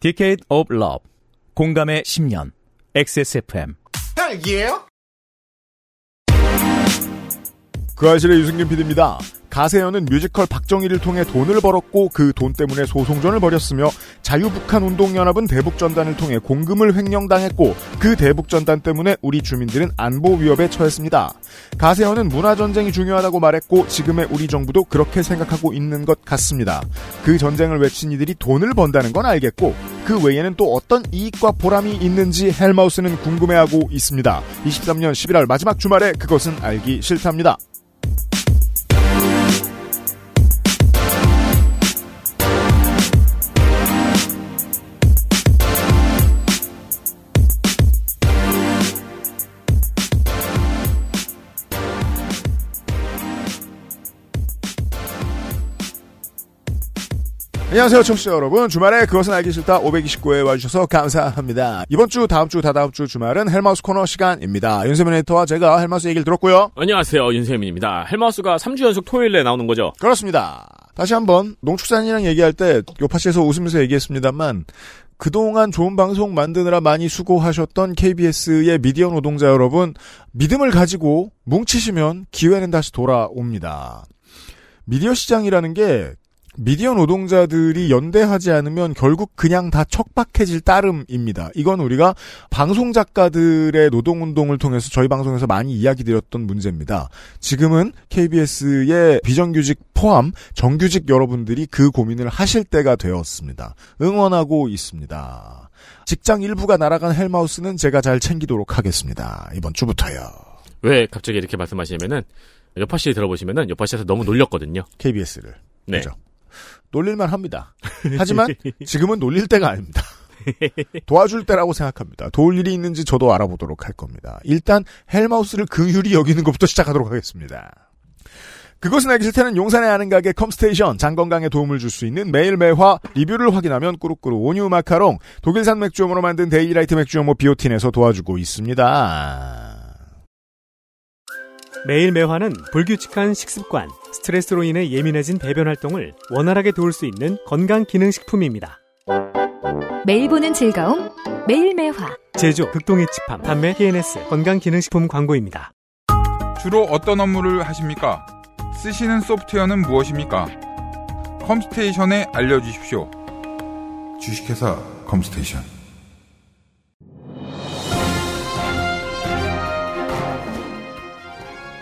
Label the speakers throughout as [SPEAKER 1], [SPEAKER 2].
[SPEAKER 1] Decade of Love, 공감의 10년, XSFM.
[SPEAKER 2] 헬기예요?
[SPEAKER 3] 그 아실의 유승균 PD입니다. 가세현은 뮤지컬 박정희를 통해 돈을 벌었고 그 돈 때문에 소송전을 벌였으며 자유북한 운동연합은 대북전단을 통해 공금을 횡령당했고 그 대북전단 때문에 우리 주민들은 안보 위협에 처했습니다. 가세현은 문화전쟁이 중요하다고 말했고 지금의 우리 정부도 그렇게 생각하고 있는 것 같습니다. 그 전쟁을 외친 이들이 돈을 번다는 건 알겠고 그 외에는 또 어떤 이익과 보람이 있는지 헬마우스는 궁금해하고 있습니다. 23년 11월 마지막 주말에 그것은 알기 싫답니다. 안녕하세요, 청취자 여러분. 주말에 그것은 알기 싫다 529회 와주셔서 감사합니다. 이번 주, 다음 주, 다다음 주 주말은 헬마우스 코너 시간입니다. 윤세민 에디터와 제가 헬마우스 얘기를 들었고요.
[SPEAKER 4] 안녕하세요 윤세민입니다. 헬마우스가 3주 연속 토요일에 나오는 거죠.
[SPEAKER 3] 그렇습니다. 다시 한번 농축산이랑 얘기할 때 요파시에서 웃으면서 얘기했습니다만 그동안 좋은 방송 만드느라 많이 수고하셨던 KBS의 미디어 노동자 여러분 믿음을 가지고 뭉치시면 기회는 다시 돌아옵니다. 미디어 시장이라는 게 미디어 노동자들이 연대하지 않으면 결국 그냥 다 척박해질 따름입니다. 이건 우리가 방송 작가들의 노동운동을 통해서 저희 방송에서 많이 이야기 드렸던 문제입니다. 지금은 KBS의 비정규직 포함 정규직 여러분들이 그 고민을 하실 때가 되었습니다. 응원하고 있습니다. 직장 일부가 날아간 헬마우스는 제가 잘 챙기도록 하겠습니다. 이번 주부터요.
[SPEAKER 4] 왜 갑자기 이렇게 말씀하시냐면은 여파씨 들어보시면은 여파씨에서 너무 놀렸거든요.
[SPEAKER 3] KBS를.
[SPEAKER 4] 네.
[SPEAKER 3] 그죠. 놀릴만 합니다. 하지만 지금은 놀릴 때가 아닙니다. 도와줄 때라고 생각합니다. 도울 일이 있는지 저도 알아보도록 할 겁니다. 일단 헬마우스를 긍휼히 여기는 것부터 시작하도록 하겠습니다. 그것은 알기 싫다는 용산의 아는 가게 컴스테이션 장건강에 도움을 줄 수 있는 매일 매화 리뷰를 확인하면 꾸룩꾸룩 온유 마카롱 독일산 맥주염으로 만든 데이라이트 맥주염호 비오틴에서 도와주고 있습니다.
[SPEAKER 5] 매일 매화는 불규칙한 식습관, 스트레스로 인해 예민해진 배변 활동을 원활하게 도울 수 있는 건강 기능 식품입니다.
[SPEAKER 6] 매일 보는 즐거움 매일 매화
[SPEAKER 5] 제조 극동의 집함 판매 TNS 건강 기능 식품 광고입니다.
[SPEAKER 7] 주로 어떤 업무를 하십니까? 쓰시는 소프트웨어는 무엇입니까? 컴스테이션에 알려주십시오. 주식회사 컴스테이션.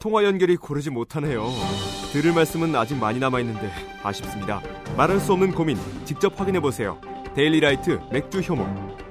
[SPEAKER 8] 통화 연결이 고르지 못하네요. 들을 말씀은 아직 많이 남아있는데 아쉽습니다. 말할 수 없는 고민 직접 확인해 보세요. 데일리라이트 맥주 효모.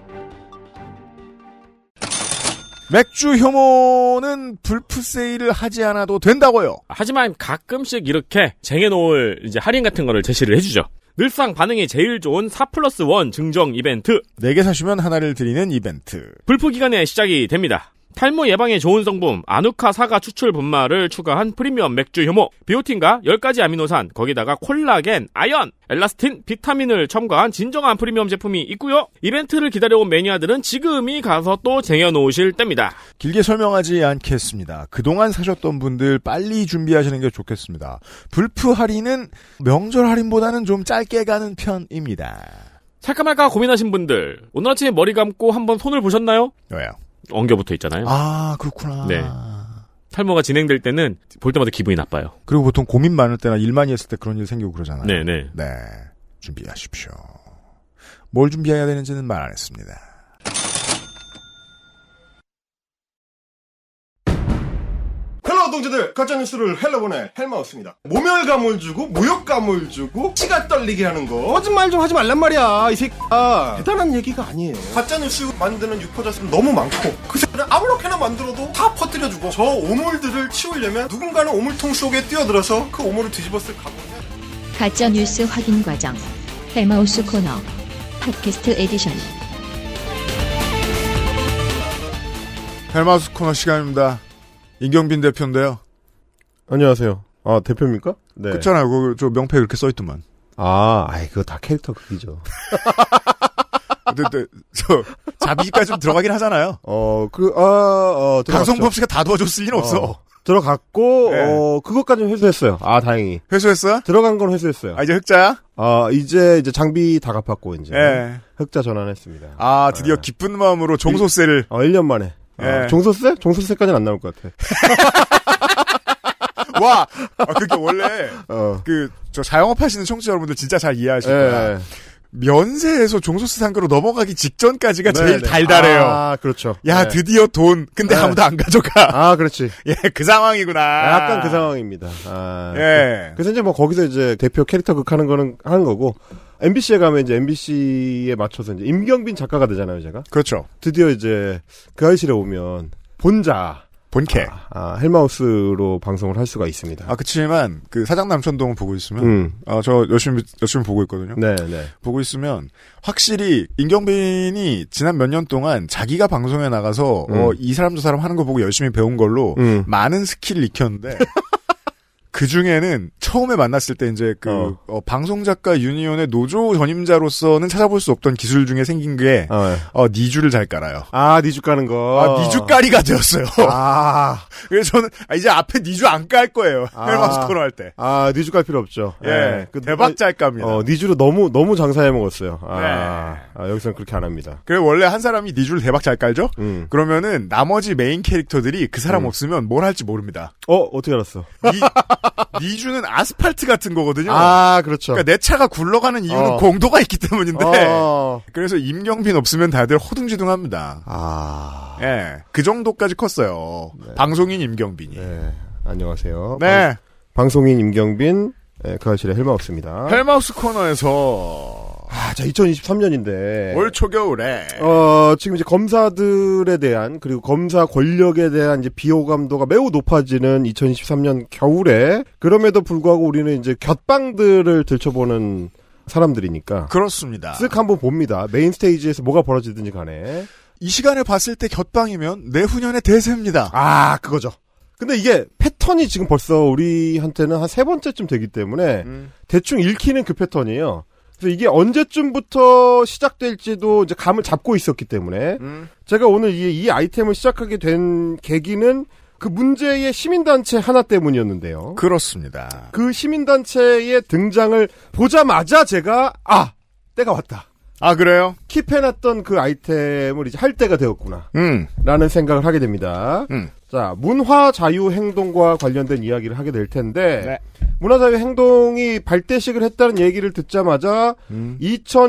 [SPEAKER 3] 맥주 효모는 불프 세일을 하지 않아도 된다고요.
[SPEAKER 4] 하지만 가끔씩 이렇게 쟁여놓을 이제 할인 같은 거를 제시를 해주죠. 늘상 반응이 제일 좋은 4 플러스 1 증정 이벤트.
[SPEAKER 3] 4개 사시면 하나를 드리는 이벤트.
[SPEAKER 4] 불포 기간에 시작이 됩니다. 탈모 예방에 좋은 성분 아누카 사과 추출 분말을 추가한 프리미엄 맥주 효모 비오틴과 10가지 아미노산 거기다가 콜라겐, 아연, 엘라스틴, 비타민을 첨가한 진정한 프리미엄 제품이 있고요. 이벤트를 기다려온 매니아들은 지금이 가서 또 쟁여놓으실 때입니다.
[SPEAKER 3] 길게 설명하지 않겠습니다. 그동안 사셨던 분들 빨리 준비하시는 게 좋겠습니다. 불프 할인은 명절 할인보다는 좀 짧게 가는 편입니다.
[SPEAKER 4] 살까 말까 고민하신 분들 오늘 아침에 머리 감고 한번 손을 보셨나요?
[SPEAKER 3] 왜요?
[SPEAKER 4] 엉겨붙어 있잖아요.
[SPEAKER 3] 아, 그렇구나.
[SPEAKER 4] 네. 탈모가 진행될 때는 볼 때마다 기분이 나빠요.
[SPEAKER 3] 그리고 보통 고민 많을 때나 일 많이 했을 때 그런 일 생기고 그러잖아요.
[SPEAKER 4] 네네.
[SPEAKER 3] 네. 준비하십시오. 뭘 준비해야 되는지는 말 안 했습니다.
[SPEAKER 2] 헬로 동지들 가짜뉴스를 헬로보내 헬마우스입니다. 모멸감을 주고 모욕감을 주고 치가 떨리게 하는 거
[SPEAKER 9] 거짓말 좀 하지 말란 말이야 이 새끼야
[SPEAKER 2] 대단한 얘기가 아니에요. 가짜뉴스 만드는 유포자수는 너무 많고 그 새들은 아무렇게나 만들어도 다 퍼뜨려주고 저 오물들을 치우려면 누군가는 오물통 속에 뛰어들어서 그 오물을 뒤집었을 각오
[SPEAKER 6] 가짜 뉴스 확인 과정 헬마우스 코너 팟캐스트 에디션
[SPEAKER 3] 헬마우스 코너 시간입니다. 임경빈 대표인데요.
[SPEAKER 10] 안녕하세요. 아, 대표입니까? 네.
[SPEAKER 3] 그렇잖아요. 그, 저 명패 그렇게 써있더만.
[SPEAKER 10] 아, 아이, 그거 다 캐릭터 극이죠.
[SPEAKER 3] 근데, 근데 저, 자비까지 좀 들어가긴 하잖아요.
[SPEAKER 10] 어, 그, 아, 어, 들어갔죠.
[SPEAKER 3] 방송법 씨가 다 도와줬을 리는 없어.
[SPEAKER 10] 들어갔고,
[SPEAKER 3] 네.
[SPEAKER 10] 어, 그것까지는 회수했어요. 아, 다행히.
[SPEAKER 3] 회수했어요?
[SPEAKER 10] 들어간 건 회수했어요.
[SPEAKER 3] 아, 이제 흑자야?
[SPEAKER 10] 아, 이제, 이제 장비 다 갚았고, 이제.
[SPEAKER 3] 예.
[SPEAKER 10] 흑자 전환했습니다.
[SPEAKER 3] 아, 드디어 기쁜 마음으로 종소세를.
[SPEAKER 10] 어, 1년 만에. 아,
[SPEAKER 3] 예.
[SPEAKER 10] 종소세? 종소세까지는 안 나올 것 같아.
[SPEAKER 3] 와! 아, 그게 원래,
[SPEAKER 10] 어.
[SPEAKER 3] 그, 저 자영업 하시는 청취자 여러분들 진짜 잘 이해하실 거야.
[SPEAKER 10] 예.
[SPEAKER 3] 면세에서 종소세 상가로 넘어가기 직전까지가
[SPEAKER 10] 네,
[SPEAKER 3] 제일
[SPEAKER 10] 네.
[SPEAKER 3] 달달해요.
[SPEAKER 10] 아, 그렇죠.
[SPEAKER 3] 야,
[SPEAKER 10] 네.
[SPEAKER 3] 드디어 돈. 근데
[SPEAKER 10] 네.
[SPEAKER 3] 아무도 안 가져가.
[SPEAKER 10] 아, 그렇지.
[SPEAKER 3] 예, 그 상황이구나.
[SPEAKER 10] 약간 그 상황입니다. 아,
[SPEAKER 3] 예.
[SPEAKER 10] 그래서 이제 뭐 거기서 이제 대표 캐릭터 극 하는 거는 하는 거고 MBC에 가면 이제 MBC에 맞춰서 이제 임경빈 작가가 되잖아요, 제가.
[SPEAKER 3] 그렇죠.
[SPEAKER 10] 드디어 이제 그 아이실에 오면 본자
[SPEAKER 3] 본캐. 아,
[SPEAKER 10] 아, 아, 헬마우스로 방송을 할 수가 있습니다.
[SPEAKER 3] 그치만, 그 사장 남천동 보고 있으면,
[SPEAKER 10] 음.
[SPEAKER 3] 아, 저 열심히, 열심히 보고 있거든요.
[SPEAKER 10] 네, 네.
[SPEAKER 3] 보고 있으면, 확실히, 임경빈이 지난 몇 년 동안 자기가 방송에 나가서,
[SPEAKER 10] 음.
[SPEAKER 3] 어, 이 사람 저 사람 하는 거 보고 열심히 배운 걸로,
[SPEAKER 10] 음.
[SPEAKER 3] 많은 스킬을 익혔는데, 그 중에는 처음에 만났을 때 이제 그
[SPEAKER 10] 어.
[SPEAKER 3] 어, 방송작가 유니온의 노조 전임자로서는 찾아볼 수 없던 기술 중에 생긴 게
[SPEAKER 10] 어, 예.
[SPEAKER 3] 어, 니주를 잘 깔아요.
[SPEAKER 10] 아, 니주 까는 거.
[SPEAKER 3] 아, 니주 까리가 되었어요.
[SPEAKER 10] 아,
[SPEAKER 3] 그래서 저는 아, 이제 앞에 니주 안 깔 거예요.
[SPEAKER 10] 아.
[SPEAKER 3] 헬마스 코너 할 때.
[SPEAKER 10] 아, 니주 깔 필요 없죠.
[SPEAKER 3] 예,
[SPEAKER 10] 그
[SPEAKER 3] 대박 잘 깝니다.
[SPEAKER 10] 어, 니주로 너무 너무 장사해 먹었어요. 아,
[SPEAKER 3] 네.
[SPEAKER 10] 아, 여기서는 그렇게 안 합니다.
[SPEAKER 3] 그래 원래 한 사람이 니주를 대박 잘 깔죠?
[SPEAKER 10] 음.
[SPEAKER 3] 그러면은 나머지 메인 캐릭터들이 그 사람
[SPEAKER 10] 음.
[SPEAKER 3] 없으면 뭘 할지 모릅니다.
[SPEAKER 10] 어, 어떻게 알았어?
[SPEAKER 3] 니, 니주는 아스팔트 같은 거거든요.
[SPEAKER 10] 아, 그렇죠.
[SPEAKER 3] 그러니까 내 차가 굴러가는 이유는
[SPEAKER 10] 어.
[SPEAKER 3] 공도가 있기 때문인데
[SPEAKER 10] 어.
[SPEAKER 3] 그래서 임경빈 없으면 다들 허둥지둥합니다.
[SPEAKER 10] 아.
[SPEAKER 3] 예, 그 정도까지 컸어요. 방송인 임경빈이.
[SPEAKER 10] 네. 안녕하세요.
[SPEAKER 3] 네,
[SPEAKER 10] 방, 송인 임경빈. 네, 그 아실의 헬마 없습니다.
[SPEAKER 3] 헬마우스 코너에서
[SPEAKER 10] 아, 자, 2023년인데.
[SPEAKER 3] 올 초겨울에
[SPEAKER 10] 어, 지금 이제 검사들에 대한, 그리고 검사 권력에 대한 이제 비호감도가 매우 높아지는 2023년 겨울에, 그럼에도 불구하고 우리는 이제 곁방들을 들춰보는 사람들이니까.
[SPEAKER 3] 그렇습니다.
[SPEAKER 10] 쓱 한번 봅니다. 메인 스테이지에서 뭐가 벌어지든지 간에.
[SPEAKER 3] 이 시간을 봤을 때 곁방이면 내후년의 대세입니다.
[SPEAKER 10] 아, 그거죠. 근데 이게 패턴이 지금 벌써 우리한테는 한 세 번째쯤 되기 때문에 대충 읽히는 그 패턴이에요. 그래서 이게 언제쯤부터 시작될지도 이제 감을 잡고 있었기 때문에 제가 오늘 이, 이 아이템을 시작하게 된 계기는 그 문제의 시민단체 하나 때문이었는데요.
[SPEAKER 3] 그렇습니다.
[SPEAKER 10] 그 시민단체의 등장을 보자마자 제가 아 때가 왔다.
[SPEAKER 3] 아 그래요?
[SPEAKER 10] 킵해놨던 그 아이템을 이제 할 때가 되었구나.
[SPEAKER 3] 음.
[SPEAKER 10] 라는 생각을 하게 됩니다.
[SPEAKER 3] 음.
[SPEAKER 10] 자, 문화 자유 행동과 관련된 이야기를 하게 될 텐데,
[SPEAKER 3] 네.
[SPEAKER 10] 문화 자유 행동이 발대식을 했다는 얘기를 듣자마자,
[SPEAKER 3] 음.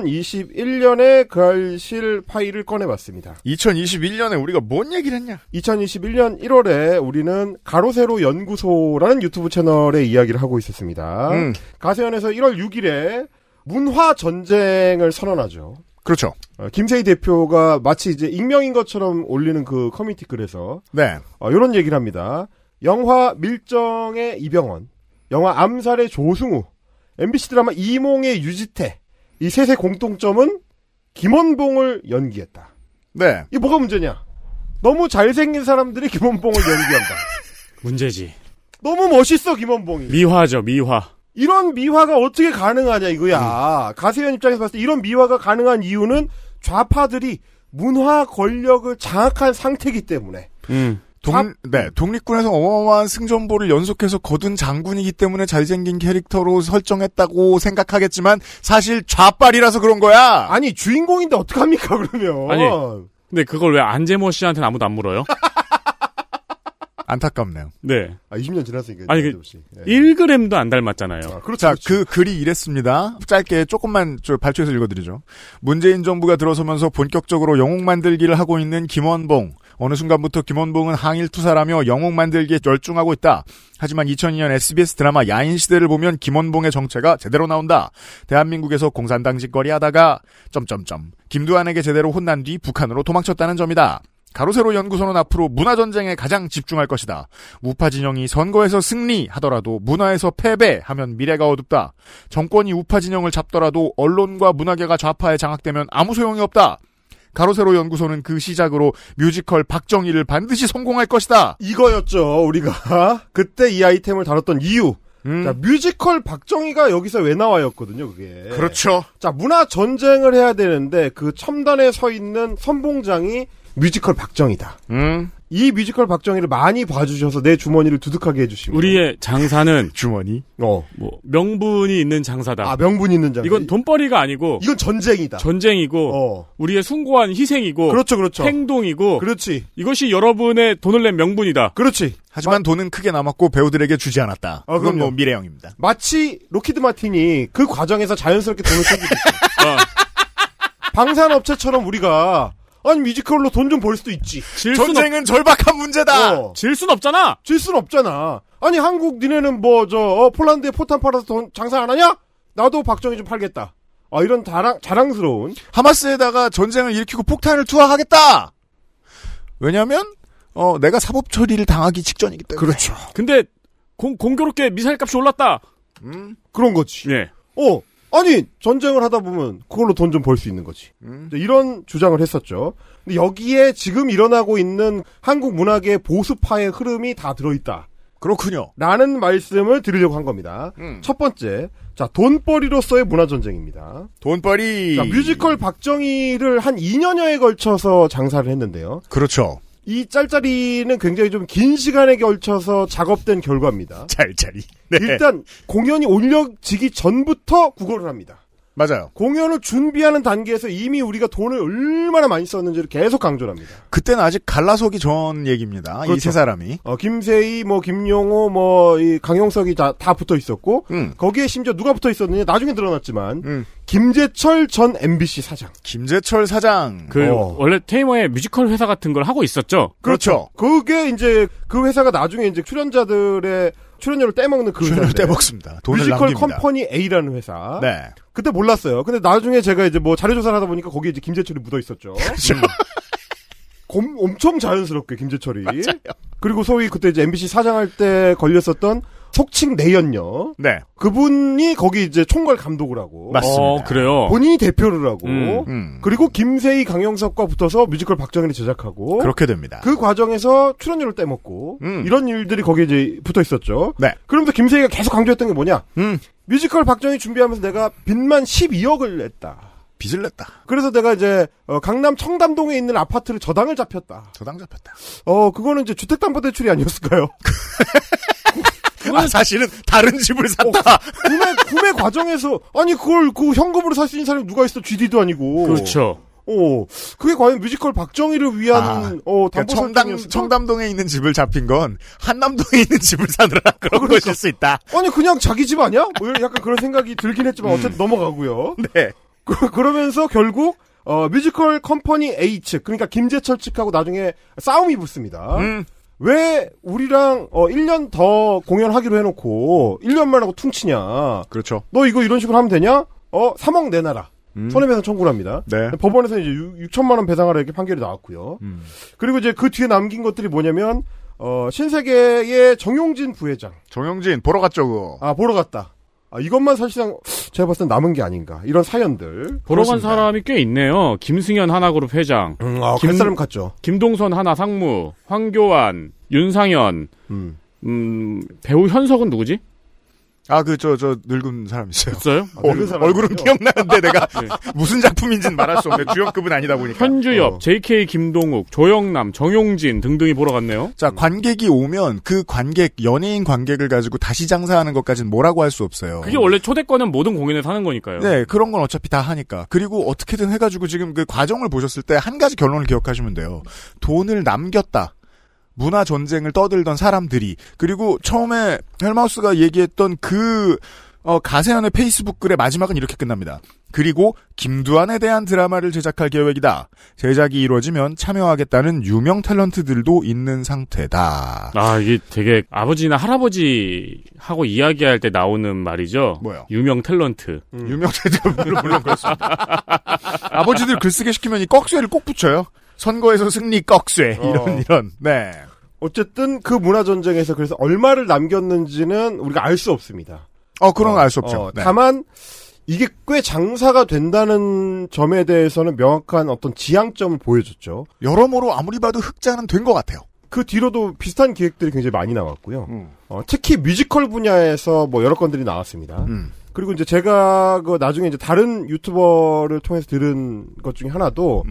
[SPEAKER 10] 2021년에 그알실 파일을 꺼내봤습니다.
[SPEAKER 3] 2021년에 우리가 뭔 얘기를 했냐?
[SPEAKER 10] 2021년 1월에 우리는 가로세로 연구소라는 유튜브 채널의 이야기를 하고 있었습니다.
[SPEAKER 3] 음.
[SPEAKER 10] 가세연에서 1월 6일에 문화 전쟁을 선언하죠.
[SPEAKER 3] 그렇죠.
[SPEAKER 10] 어, 김세희 대표가 마치 이제 익명인 것처럼 올리는 그 커뮤니티 글에서
[SPEAKER 3] 네.
[SPEAKER 10] 어, 이런 얘기를 합니다. 영화 밀정의 이병헌, 영화 암살의 조승우, MBC 드라마 이몽의 유지태 이 셋의 공통점은 김원봉을 연기했다.
[SPEAKER 3] 네.
[SPEAKER 10] 이게 뭐가 문제냐? 너무 잘생긴 사람들이 김원봉을 연기한다.
[SPEAKER 5] 문제지.
[SPEAKER 10] 너무 멋있어 김원봉이.
[SPEAKER 5] 미화죠, 미화.
[SPEAKER 10] 이런 미화가 어떻게 가능하냐 이거야.
[SPEAKER 11] 음.
[SPEAKER 10] 가세현 입장에서 봤을 때 이런 미화가 가능한 이유는 좌파들이 문화 권력을 장악한 상태이기 때문에.
[SPEAKER 3] 동, 네, 독립군에서 어마어마한 승전보를 연속해서 거둔 장군이기 때문에 잘생긴 캐릭터로 설정했다고 생각하겠지만 사실 좌빨이라서 그런 거야.
[SPEAKER 10] 아니 주인공인데 어떡합니까 그러면.
[SPEAKER 11] 아니. 근데 그걸 왜 안재모 씨한테는 아무도 안 물어요?
[SPEAKER 3] 안타깝네요.
[SPEAKER 11] 네.
[SPEAKER 10] 아, 20년 지났으니까.
[SPEAKER 11] 아니, 그-
[SPEAKER 10] 이제 없이. 예.
[SPEAKER 11] 1g도 안 닮았잖아요.
[SPEAKER 3] 자, 그 글이 이랬습니다. 짧게 조금만 저 발췌해서 읽어드리죠. 문재인 정부가 들어서면서 본격적으로 영웅 만들기를 하고 있는 김원봉. 어느 순간부터 김원봉은 항일투사라며 영웅 만들기에 열중하고 있다. 하지만 2002년 SBS 드라마 야인시대를 보면 김원봉의 정체가 제대로 나온다. 대한민국에서 공산당 짓거리하다가 점점점 김두한에게 제대로 혼난 뒤 북한으로 도망쳤다는 점이다. 가로세로 연구소는 앞으로 문화 전쟁에 가장 집중할 것이다. 우파 진영이 선거에서 승리하더라도 문화에서 패배하면 미래가 어둡다. 정권이 우파 진영을 잡더라도 언론과 문화계가 좌파에 장악되면 아무 소용이 없다. 가로세로 연구소는 그 시작으로 뮤지컬 박정희를 반드시 성공할 것이다.
[SPEAKER 10] 이거였죠 우리가 그때 이 아이템을 다뤘던 이유.
[SPEAKER 11] 음.
[SPEAKER 10] 자, 뮤지컬 박정희가 여기서 왜 나와였거든요, 그게.
[SPEAKER 3] 그렇죠.
[SPEAKER 10] 자, 문화 전쟁을 해야 되는데 그 첨단에 서 있는 선봉장이 뮤지컬 박정희다. 이 뮤지컬 박정희를 많이 봐주셔서 내 주머니를 두둑하게 해주시고.
[SPEAKER 11] 우리의 장사는
[SPEAKER 3] 주머니.
[SPEAKER 10] 어.
[SPEAKER 11] 뭐 명분이 있는 장사다.
[SPEAKER 10] 아, 명분이 있는 장사.
[SPEAKER 11] 이건 돈벌이가 아니고
[SPEAKER 10] 이건 전쟁이다.
[SPEAKER 11] 전쟁이고 우리의 숭고한 희생이고
[SPEAKER 10] 그렇죠, 그렇죠.
[SPEAKER 11] 행동이고
[SPEAKER 10] 그렇지.
[SPEAKER 11] 이것이 여러분의 돈을 낸 명분이다.
[SPEAKER 10] 그렇지.
[SPEAKER 3] 하지만 돈은 크게 남았고 배우들에게 주지 않았다.
[SPEAKER 10] 아,
[SPEAKER 3] 그건
[SPEAKER 10] 그럼요.
[SPEAKER 3] 뭐 미래형입니다.
[SPEAKER 10] 마치 로키드 마틴이 그 과정에서 자연스럽게 돈을 쓰고 있어. 방산업체처럼 우리가 아니 뮤지컬로 돈 좀 벌 수도 있지.
[SPEAKER 3] 전쟁은 절박한 문제다.
[SPEAKER 10] 어.
[SPEAKER 11] 질 순 없잖아.
[SPEAKER 10] 질 순 없잖아. 아니 한국 니네는 뭐 저 폴란드에 포탄 팔아서 돈 장사 안 하냐? 나도 박정희 좀 팔겠다. 아 이런 자랑 자랑스러운
[SPEAKER 3] 하마스에다가 전쟁을 일으키고 폭탄을 투하하겠다. 왜냐하면 어, 내가 사법 처리를 당하기 직전이기 때문에. 그렇죠.
[SPEAKER 11] 근데 공, 공교롭게 미사일 값이 올랐다.
[SPEAKER 10] 그런 거지.
[SPEAKER 11] 예.
[SPEAKER 10] 어 아니 전쟁을 하다 보면 그걸로 돈 좀 벌 수 있는 거지. 이제 이런 주장을 했었죠. 근데 여기에 지금 일어나고 있는 한국 문학의 보수파의 흐름이 다 들어있다.
[SPEAKER 3] 그렇군요.
[SPEAKER 10] 라는 말씀을 드리려고 한 겁니다.
[SPEAKER 3] 음.
[SPEAKER 10] 첫 번째, 자 돈벌이로서의 문화 전쟁입니다.
[SPEAKER 3] 돈벌이.
[SPEAKER 10] 자, 뮤지컬 박정희를 한 2년여에 걸쳐서 장사를 했는데요.
[SPEAKER 3] 그렇죠.
[SPEAKER 10] 이 짤짤이는 굉장히 좀 긴 시간에 걸쳐서 작업된 결과입니다.
[SPEAKER 3] 짤짤이.
[SPEAKER 10] 일단 공연이 올려지기 전부터 구걸을 합니다.
[SPEAKER 3] 맞아요.
[SPEAKER 10] 공연을 준비하는 단계에서 이미 우리가 돈을 얼마나 많이 썼는지를 계속 강조를 합니다.
[SPEAKER 3] 그때는 아직 갈라서기 전 얘기입니다. 이
[SPEAKER 10] 그렇죠.
[SPEAKER 3] 세 사람이.
[SPEAKER 10] 어, 김세희, 뭐 김용호, 뭐 이 강용석이 다, 다 붙어 있었고
[SPEAKER 3] 음.
[SPEAKER 10] 거기에 심지어 누가 붙어 있었느냐 나중에 드러났지만 김재철 전 MBC 사장.
[SPEAKER 3] 김재철 사장.
[SPEAKER 11] 그
[SPEAKER 10] 어.
[SPEAKER 11] 원래 테이머의 뮤지컬 회사 같은 걸 하고 있었죠.
[SPEAKER 3] 그렇죠.
[SPEAKER 10] 그게 이제 그 회사가 나중에 이제 출연자들의 출연료를 떼먹는 그 회사.
[SPEAKER 3] 돈을 떼먹습니다. 돈을
[SPEAKER 10] 뮤지컬
[SPEAKER 3] 남깁니다.
[SPEAKER 10] 컴퍼니 A라는 회사.
[SPEAKER 3] 네.
[SPEAKER 10] 그때 몰랐어요. 근데 나중에 제가 이제 뭐 자료 조사를 하다 보니까 거기에 이제 김재철이 묻어 있었죠.
[SPEAKER 3] 그렇죠.
[SPEAKER 10] 음. 곰- 엄청 자연스럽게 김재철이. 그리고 소위 그때 이제 MBC 사장할 때 걸렸었던 속칭 내연녀.
[SPEAKER 3] 네.
[SPEAKER 10] 그분이 거기 이제 총괄 감독을 하고.
[SPEAKER 11] 어, 그래요.
[SPEAKER 10] 본인이 대표를 하고.
[SPEAKER 11] 음,
[SPEAKER 10] 그리고 김세희 강영석과 붙어서 뮤지컬 박정희를 제작하고.
[SPEAKER 3] 그렇게 됩니다.
[SPEAKER 10] 그 과정에서 출연료를 떼먹고 이런 일들이 거기에 이제 붙어 있었죠.
[SPEAKER 3] 네.
[SPEAKER 10] 그러면서 김세희가 계속 강조했던 게 뭐냐? 뮤지컬 박정희 준비하면서 내가 빚만 12억을 냈다.
[SPEAKER 3] 빚을 냈다.
[SPEAKER 10] 그래서 내가 이제 어, 강남 청담동에 있는 아파트를 저당을 잡혔다.
[SPEAKER 3] 저당 잡혔다.
[SPEAKER 10] 어 그거는 이제 주택담보대출이 아니었을까요?
[SPEAKER 3] 아, 사실은 다른 집을
[SPEAKER 10] 어,
[SPEAKER 3] 샀다. 그러니까
[SPEAKER 10] 구매 구매 과정에서 아니 그걸 그 현금으로 살 수 있는 사람이 누가 있어? GD도 아니고.
[SPEAKER 11] 그렇죠.
[SPEAKER 10] 어 그게 과연 뮤지컬 박정희를 위한 어 담보
[SPEAKER 3] 청담,
[SPEAKER 10] 설정이었을까?
[SPEAKER 3] 청담동에 있는 집을 잡힌 건 한남동에 있는 집을 사느라
[SPEAKER 10] 아,
[SPEAKER 3] 그런
[SPEAKER 10] 그러니까.
[SPEAKER 3] 것일 수 있다.
[SPEAKER 10] 아니 그냥 자기 집 아니야? 뭐 이런 약간 그런 생각이 들긴 했지만 어쨌든 넘어가고요.
[SPEAKER 3] 네.
[SPEAKER 10] 그, 그러면서 결국 어, 뮤지컬 컴퍼니 A 측 그러니까 김재철 측하고 나중에 싸움이 붙습니다. 왜 우리랑 어, 1년 더 공연하기로 해놓고 1년만 하고 퉁치냐?
[SPEAKER 3] 그렇죠.
[SPEAKER 10] 너 이거 이런 식으로 하면 되냐? 어 3억 내놔라. 손해배상 청구를 합니다.
[SPEAKER 3] 네.
[SPEAKER 10] 법원에서 이제 6, 천만원 배상하라 이렇게 판결이 나왔고요. 그리고 이제 그 뒤에 남긴 것들이 뭐냐면 어, 신세계의 정용진 부회장
[SPEAKER 3] 정영진 보러 갔죠, 그거.
[SPEAKER 10] 아 보러 갔다. 아, 이것만 사실상 제가 봤을 땐 남은 게 아닌가 이런 사연들
[SPEAKER 11] 보러 간
[SPEAKER 10] 그렇습니다.
[SPEAKER 11] 사람이 꽤 있네요. 김승현 하나그룹 회장,
[SPEAKER 10] 아, 갈 사람 갔죠.
[SPEAKER 11] 김동선 하나 상무, 황교안, 윤상현,
[SPEAKER 10] 음.
[SPEAKER 11] 배우 현석은 누구지?
[SPEAKER 3] 아, 그, 저, 저, 늙은 사람 있어요.
[SPEAKER 11] 있어요?
[SPEAKER 10] 아,
[SPEAKER 3] 어, 얼굴은 기억나는데 내가
[SPEAKER 10] 네.
[SPEAKER 3] 무슨 작품인지는 말할 수 없는데 주연급은 아니다 보니까.
[SPEAKER 10] 어.
[SPEAKER 11] 현주엽, JK 김동욱, 조영남, 정용진 등등이 보러 갔네요.
[SPEAKER 3] 자, 관객이 오면 그 관객, 연예인 관객을 가지고 다시 장사하는 것까지는 뭐라고 할 수 없어요.
[SPEAKER 11] 그게 원래 초대권은 모든 공연에서 하는 거니까요.
[SPEAKER 3] 네, 그런 건 어차피 다 하니까. 그리고 어떻게든 해가지고 지금 그 과정을 보셨을 때 한 가지 결론을 기억하시면 돼요. 돈을 남겼다. 문화 전쟁을 떠들던 사람들이 그리고 처음에 헬마우스가 얘기했던 그 어, 가세현의 페이스북 글의 마지막은 이렇게 끝납니다. 그리고 김두한에 대한 드라마를 제작할 계획이다. 제작이 이루어지면 참여하겠다는 유명 탤런트들도 있는 상태다.
[SPEAKER 11] 아, 이게 되게 아버지나 할아버지하고 이야기할 때 나오는 말이죠.
[SPEAKER 3] 뭐요?
[SPEAKER 11] 유명 탤런트.
[SPEAKER 10] 음.
[SPEAKER 3] 유명 탤런트를 물론 그렇습니다. 아버지들 글쓰기 시키면 이 꺽쇠를 꼭 붙여요. 선거에서 승리 꺽쇠 이런
[SPEAKER 10] 어.
[SPEAKER 3] 이런 네
[SPEAKER 10] 어쨌든 그 문화 전쟁에서 그래서 얼마를 남겼는지는 우리가 알 수 없습니다.
[SPEAKER 3] 어, 그런 건 알 수 없죠.
[SPEAKER 10] 어,
[SPEAKER 3] 네.
[SPEAKER 10] 다만 이게 꽤 장사가 된다는 점에 대해서는 명확한 어떤 지향점을 보여줬죠.
[SPEAKER 3] 여러모로 아무리 봐도 흑자는 된 것 같아요.
[SPEAKER 10] 그 뒤로도 비슷한 기획들이 굉장히 많이 나왔고요. 어, 특히 뮤지컬 분야에서 뭐 여러 건들이 나왔습니다. 그리고 이제 제가 그 나중에 이제 다른 유튜버를 통해서 들은 것 중에 하나도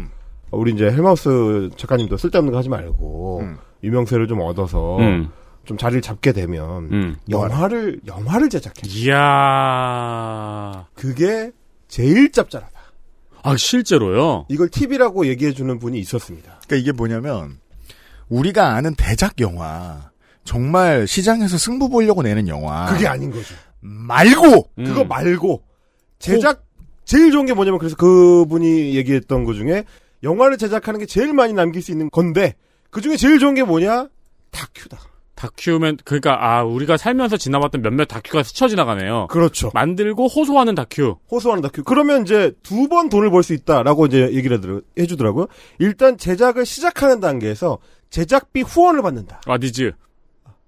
[SPEAKER 10] 어, 우리 이제 헬마우스 작가님도 쓸데없는 거 하지 말고 유명세를 좀 얻어서
[SPEAKER 11] 음.
[SPEAKER 10] 좀 자리를 잡게 되면
[SPEAKER 11] 음.
[SPEAKER 10] 영화를 영화를 제작해.
[SPEAKER 11] 이야.
[SPEAKER 10] 그게 제일 짭짤하다.
[SPEAKER 11] 아, 실제로요?
[SPEAKER 10] 이걸 팁이라고 얘기해주는 분이 있었습니다.
[SPEAKER 3] 그러니까 이게 뭐냐면 우리가 아는 대작 영화 정말 시장에서 승부 보려고 내는 영화
[SPEAKER 10] 그게 음. 아닌 거죠.
[SPEAKER 3] 말고
[SPEAKER 10] 그거 말고 제작 제일 좋은 게 뭐냐면 그래서 그분이 얘기했던 것 중에 영화를 제작하는 게 제일 많이 남길 수 있는 건데 그 중에 제일 좋은 게 뭐냐
[SPEAKER 11] 다큐면 그러니까 아 우리가 살면서 지나봤던 몇몇 다큐가 스쳐 지나가네요.
[SPEAKER 10] 그렇죠.
[SPEAKER 11] 만들고 호소하는 다큐.
[SPEAKER 10] 호소하는 다큐. 그러면 이제 두 번 돈을 벌 수 있다라고 이제 얘기를 해드려- 해주더라고요. 일단 제작을 시작하는 단계에서 제작비 후원을 받는다.
[SPEAKER 11] 와디즈.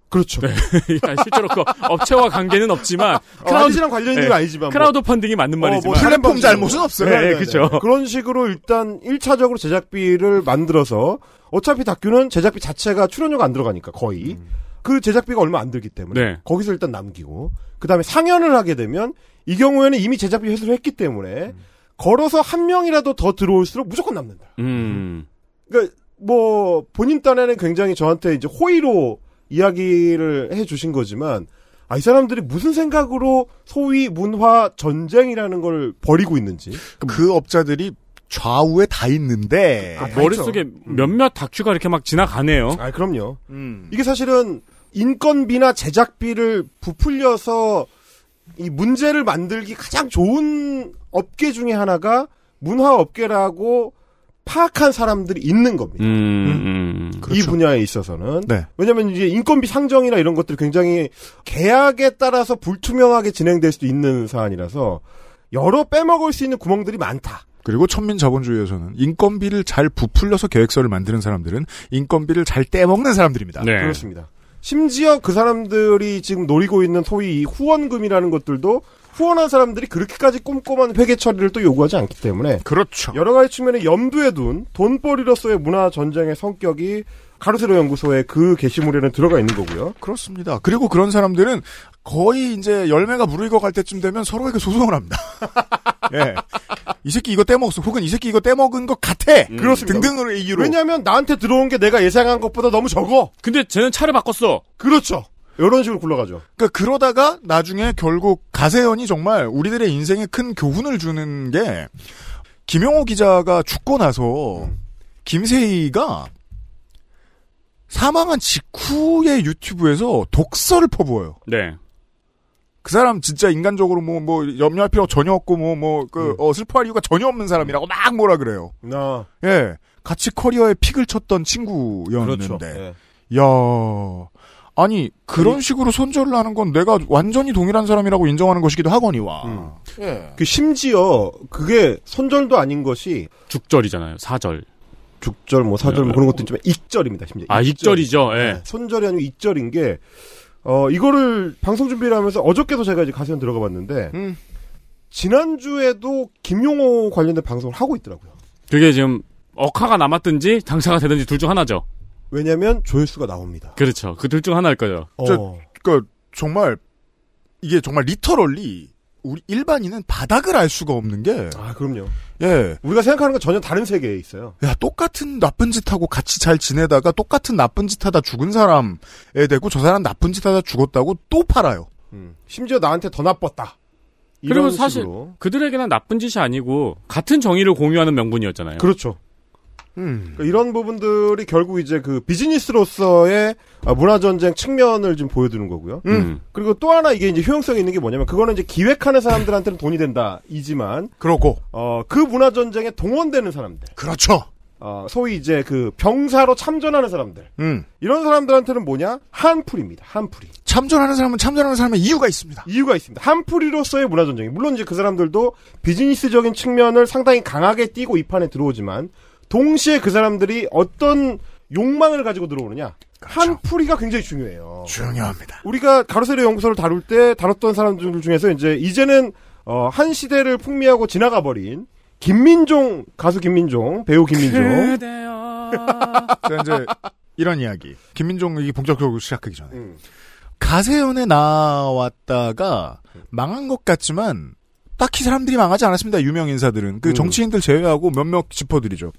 [SPEAKER 10] 그렇죠.
[SPEAKER 11] 아, 일단 실제로 그 업체와 관계는 없지만 네.
[SPEAKER 10] 와디즈랑 어, 관련 있는 건 아니지만 뭐.
[SPEAKER 11] 크라우드 펀딩이 맞는 말이지만
[SPEAKER 10] 플랫폼 뭐 잘못은 없어요.
[SPEAKER 11] 네, 그렇죠.
[SPEAKER 10] 런 식으로 일단 1차적으로 제작비를 만들어서 어차피 다큐는 제작비 자체가 출연료가 안 들어가니까 거의 그 제작비가 얼마 안 들기 때문에
[SPEAKER 11] 음. 네.
[SPEAKER 10] 거기서 일단 남기고 그다음에 상연을 하게 되면 이 경우에는 이미 제작비 회수를 했기 때문에 걸어서 한 명이라도 더 들어올수록 무조건 남는다.
[SPEAKER 11] 음.
[SPEAKER 10] 그러니까 뭐 본인 딴에는 굉장히 저한테 이제 호의로 이야기를 해 주신 거지만 아 이 사람들이 무슨 생각으로 소위 문화 전쟁이라는 걸 버리고 있는지
[SPEAKER 3] 그, 업자들이 좌우에 다 있는데
[SPEAKER 10] 그
[SPEAKER 11] 머릿속에
[SPEAKER 10] 음.
[SPEAKER 11] 몇몇 다큐가 이렇게 막 지나가네요.
[SPEAKER 10] 아, 그럼요. 이게 사실은 인건비나 제작비를 부풀려서 이 문제를 만들기 가장 좋은 업계 중에 하나가 문화 업계라고 파악한 사람들이 있는 겁니다.
[SPEAKER 11] 음,
[SPEAKER 10] 이 분야에 있어서는
[SPEAKER 3] 네.
[SPEAKER 10] 왜냐하면 이제 인건비 상정이나 이런 것들이 굉장히 계약에 따라서 불투명하게 진행될 수도 있는 사안이라서 여러 빼먹을 수 있는 구멍들이 많다.
[SPEAKER 3] 그리고 천민 자본주의에서는 인건비를 잘 부풀려서 계획서를 만드는 사람들은 인건비를 잘 떼먹는 사람들입니다.
[SPEAKER 10] 아,
[SPEAKER 11] 네.
[SPEAKER 10] 그렇습니다. 심지어 그 사람들이 지금 노리고 있는 소위 이 후원금이라는 것들도 후원한 사람들이 그렇게까지 꼼꼼한 회계 처리를 또 요구하지 않기 때문에
[SPEAKER 3] 그렇죠.
[SPEAKER 10] 여러 가지 측면에 염두에 둔 돈벌이로서의 문화 전쟁의 성격이 가르세로 연구소의 그 게시물에는 들어가 있는 거고요.
[SPEAKER 3] 그렇습니다. 그리고 그런 사람들은 거의 이제 열매가 무르익어 갈 때쯤 되면 서로에게 소송을 합니다. 예. 이 새끼 이거 떼먹었어. 혹은 이 새끼 이거 떼먹은 것 같아.
[SPEAKER 10] 음. 그렇습니다.
[SPEAKER 3] 등등으로 이유로.
[SPEAKER 10] 왜냐하면 나한테 들어온 게 내가 예상한 것보다 너무 적어.
[SPEAKER 11] 근데 쟤는 차를 바꿨어.
[SPEAKER 10] 그렇죠. 이런 식으로 굴러가죠.
[SPEAKER 3] 그러니까 그러다가 나중에 결국 가세현이 정말 우리들의 인생에 큰 교훈을 주는 게 김용호 기자가 죽고 나서 김세희가 사망한 직후에 유튜브에서 독서를 퍼부어요.
[SPEAKER 11] 네.
[SPEAKER 3] 그 사람 진짜 인간적으로 뭐 뭐 염려할 필요 전혀 없고 뭐 뭐그
[SPEAKER 10] 음.
[SPEAKER 3] 어, 슬퍼할 이유가 전혀 없는 사람이라고 막 뭐라 그래요.
[SPEAKER 10] 나
[SPEAKER 3] 예. 같이 커리어에 픽을 쳤던 친구였는데.
[SPEAKER 10] 그렇죠.
[SPEAKER 3] 야 아니 그런 식으로 손절을 하는 건 내가 완전히 동일한 사람이라고 인정하는 것이기도 하거니와
[SPEAKER 10] 그 심지어 그게 손절도 아닌 것이
[SPEAKER 11] 죽절이잖아요. 사절.
[SPEAKER 10] 죽절 뭐 사절 뭐 그런 것도 있지만 익절입니다. 심지어
[SPEAKER 11] 아, 익절이죠. 예.
[SPEAKER 10] 손절이 네. 아니고 익절인 게, 어, 이거를 방송 준비를 하면서 어저께도 제가 이제 가세현 들어가 봤는데, 지난주에도 김용호 관련된 방송을 하고 있더라고요.
[SPEAKER 11] 그게 지금 억하가 남았든지 당사가 되든지 둘 중 하나죠.
[SPEAKER 10] 왜냐면 하 조회수가 나옵니다.
[SPEAKER 11] 그렇죠. 그 둘 중 하나일 거예요.
[SPEAKER 10] 어.
[SPEAKER 3] 저, 그러니까 정말 이게 정말 리터럴리 우리 일반인은 바닥을 알 수가 없는 게
[SPEAKER 10] 아, 그럼요.
[SPEAKER 3] 예.
[SPEAKER 10] 우리가 생각하는 건 전혀 다른 세계에 있어요.
[SPEAKER 3] 야, 똑같은 나쁜 짓 하고 같이 잘 지내다가 똑같은 나쁜 짓 하다 죽은 사람에 대고 저 사람 나쁜 짓 하다 죽었다고 또 팔아요.
[SPEAKER 10] 심지어 나한테 더 나빴다.
[SPEAKER 11] 그리고 사실 그들에게는 나쁜 짓이 아니고 같은 정의를 공유하는
[SPEAKER 4] 네.
[SPEAKER 11] 명분이었잖아요.
[SPEAKER 10] 그렇죠.
[SPEAKER 3] 음.
[SPEAKER 10] 그러니까 이런 부분들이 결국 이제 그 비즈니스로서의 아, 문화전쟁 측면을 좀 보여주는 거고요.
[SPEAKER 11] 음.
[SPEAKER 10] 그리고 또 하나 이게 이제 효용성이 있는 게 뭐냐면 그거는 이제 기획하는 사람들한테는 돈이 된다 이지만
[SPEAKER 3] 그러고
[SPEAKER 10] 어 그 문화 전쟁에 동원되는 사람들
[SPEAKER 3] 그렇죠
[SPEAKER 10] 어 소위 이제 그 병사로 참전하는 사람들
[SPEAKER 3] 음.
[SPEAKER 10] 이런 사람들한테는 뭐냐 한풀입니다 한풀이
[SPEAKER 3] 참전하는 사람은 참전하는 사람의 이유가 있습니다
[SPEAKER 10] 이유가 있습니다 한풀이로서의 문화 전쟁이 물론 이제 그 사람들도 비즈니스적인 측면을 상당히 강하게 띄고 이 판에 들어오지만 동시에 그 사람들이 어떤 욕망을 가지고 들어오느냐 한풀이가 굉장히 중요해요
[SPEAKER 3] 중요합니다
[SPEAKER 10] 우리가 가로세로 연구소를 다룰 때 다뤘던 사람들 중에서 이제 이제는 어, 한 시대를 풍미하고 지나가 버린 김민종 가수 김민종 배우 김민종
[SPEAKER 3] 자, 이제 이런 이야기. 김민종이 본격적으로 시작하기 전에.
[SPEAKER 10] 음,
[SPEAKER 3] 가세연에 나왔다가 망한 것 같지만 딱히 사람들이 망하지 않았습니다. 유명 인사들은.
[SPEAKER 11] 음.
[SPEAKER 3] 그 정치인들 제외하고 몇몇 짚어드리죠.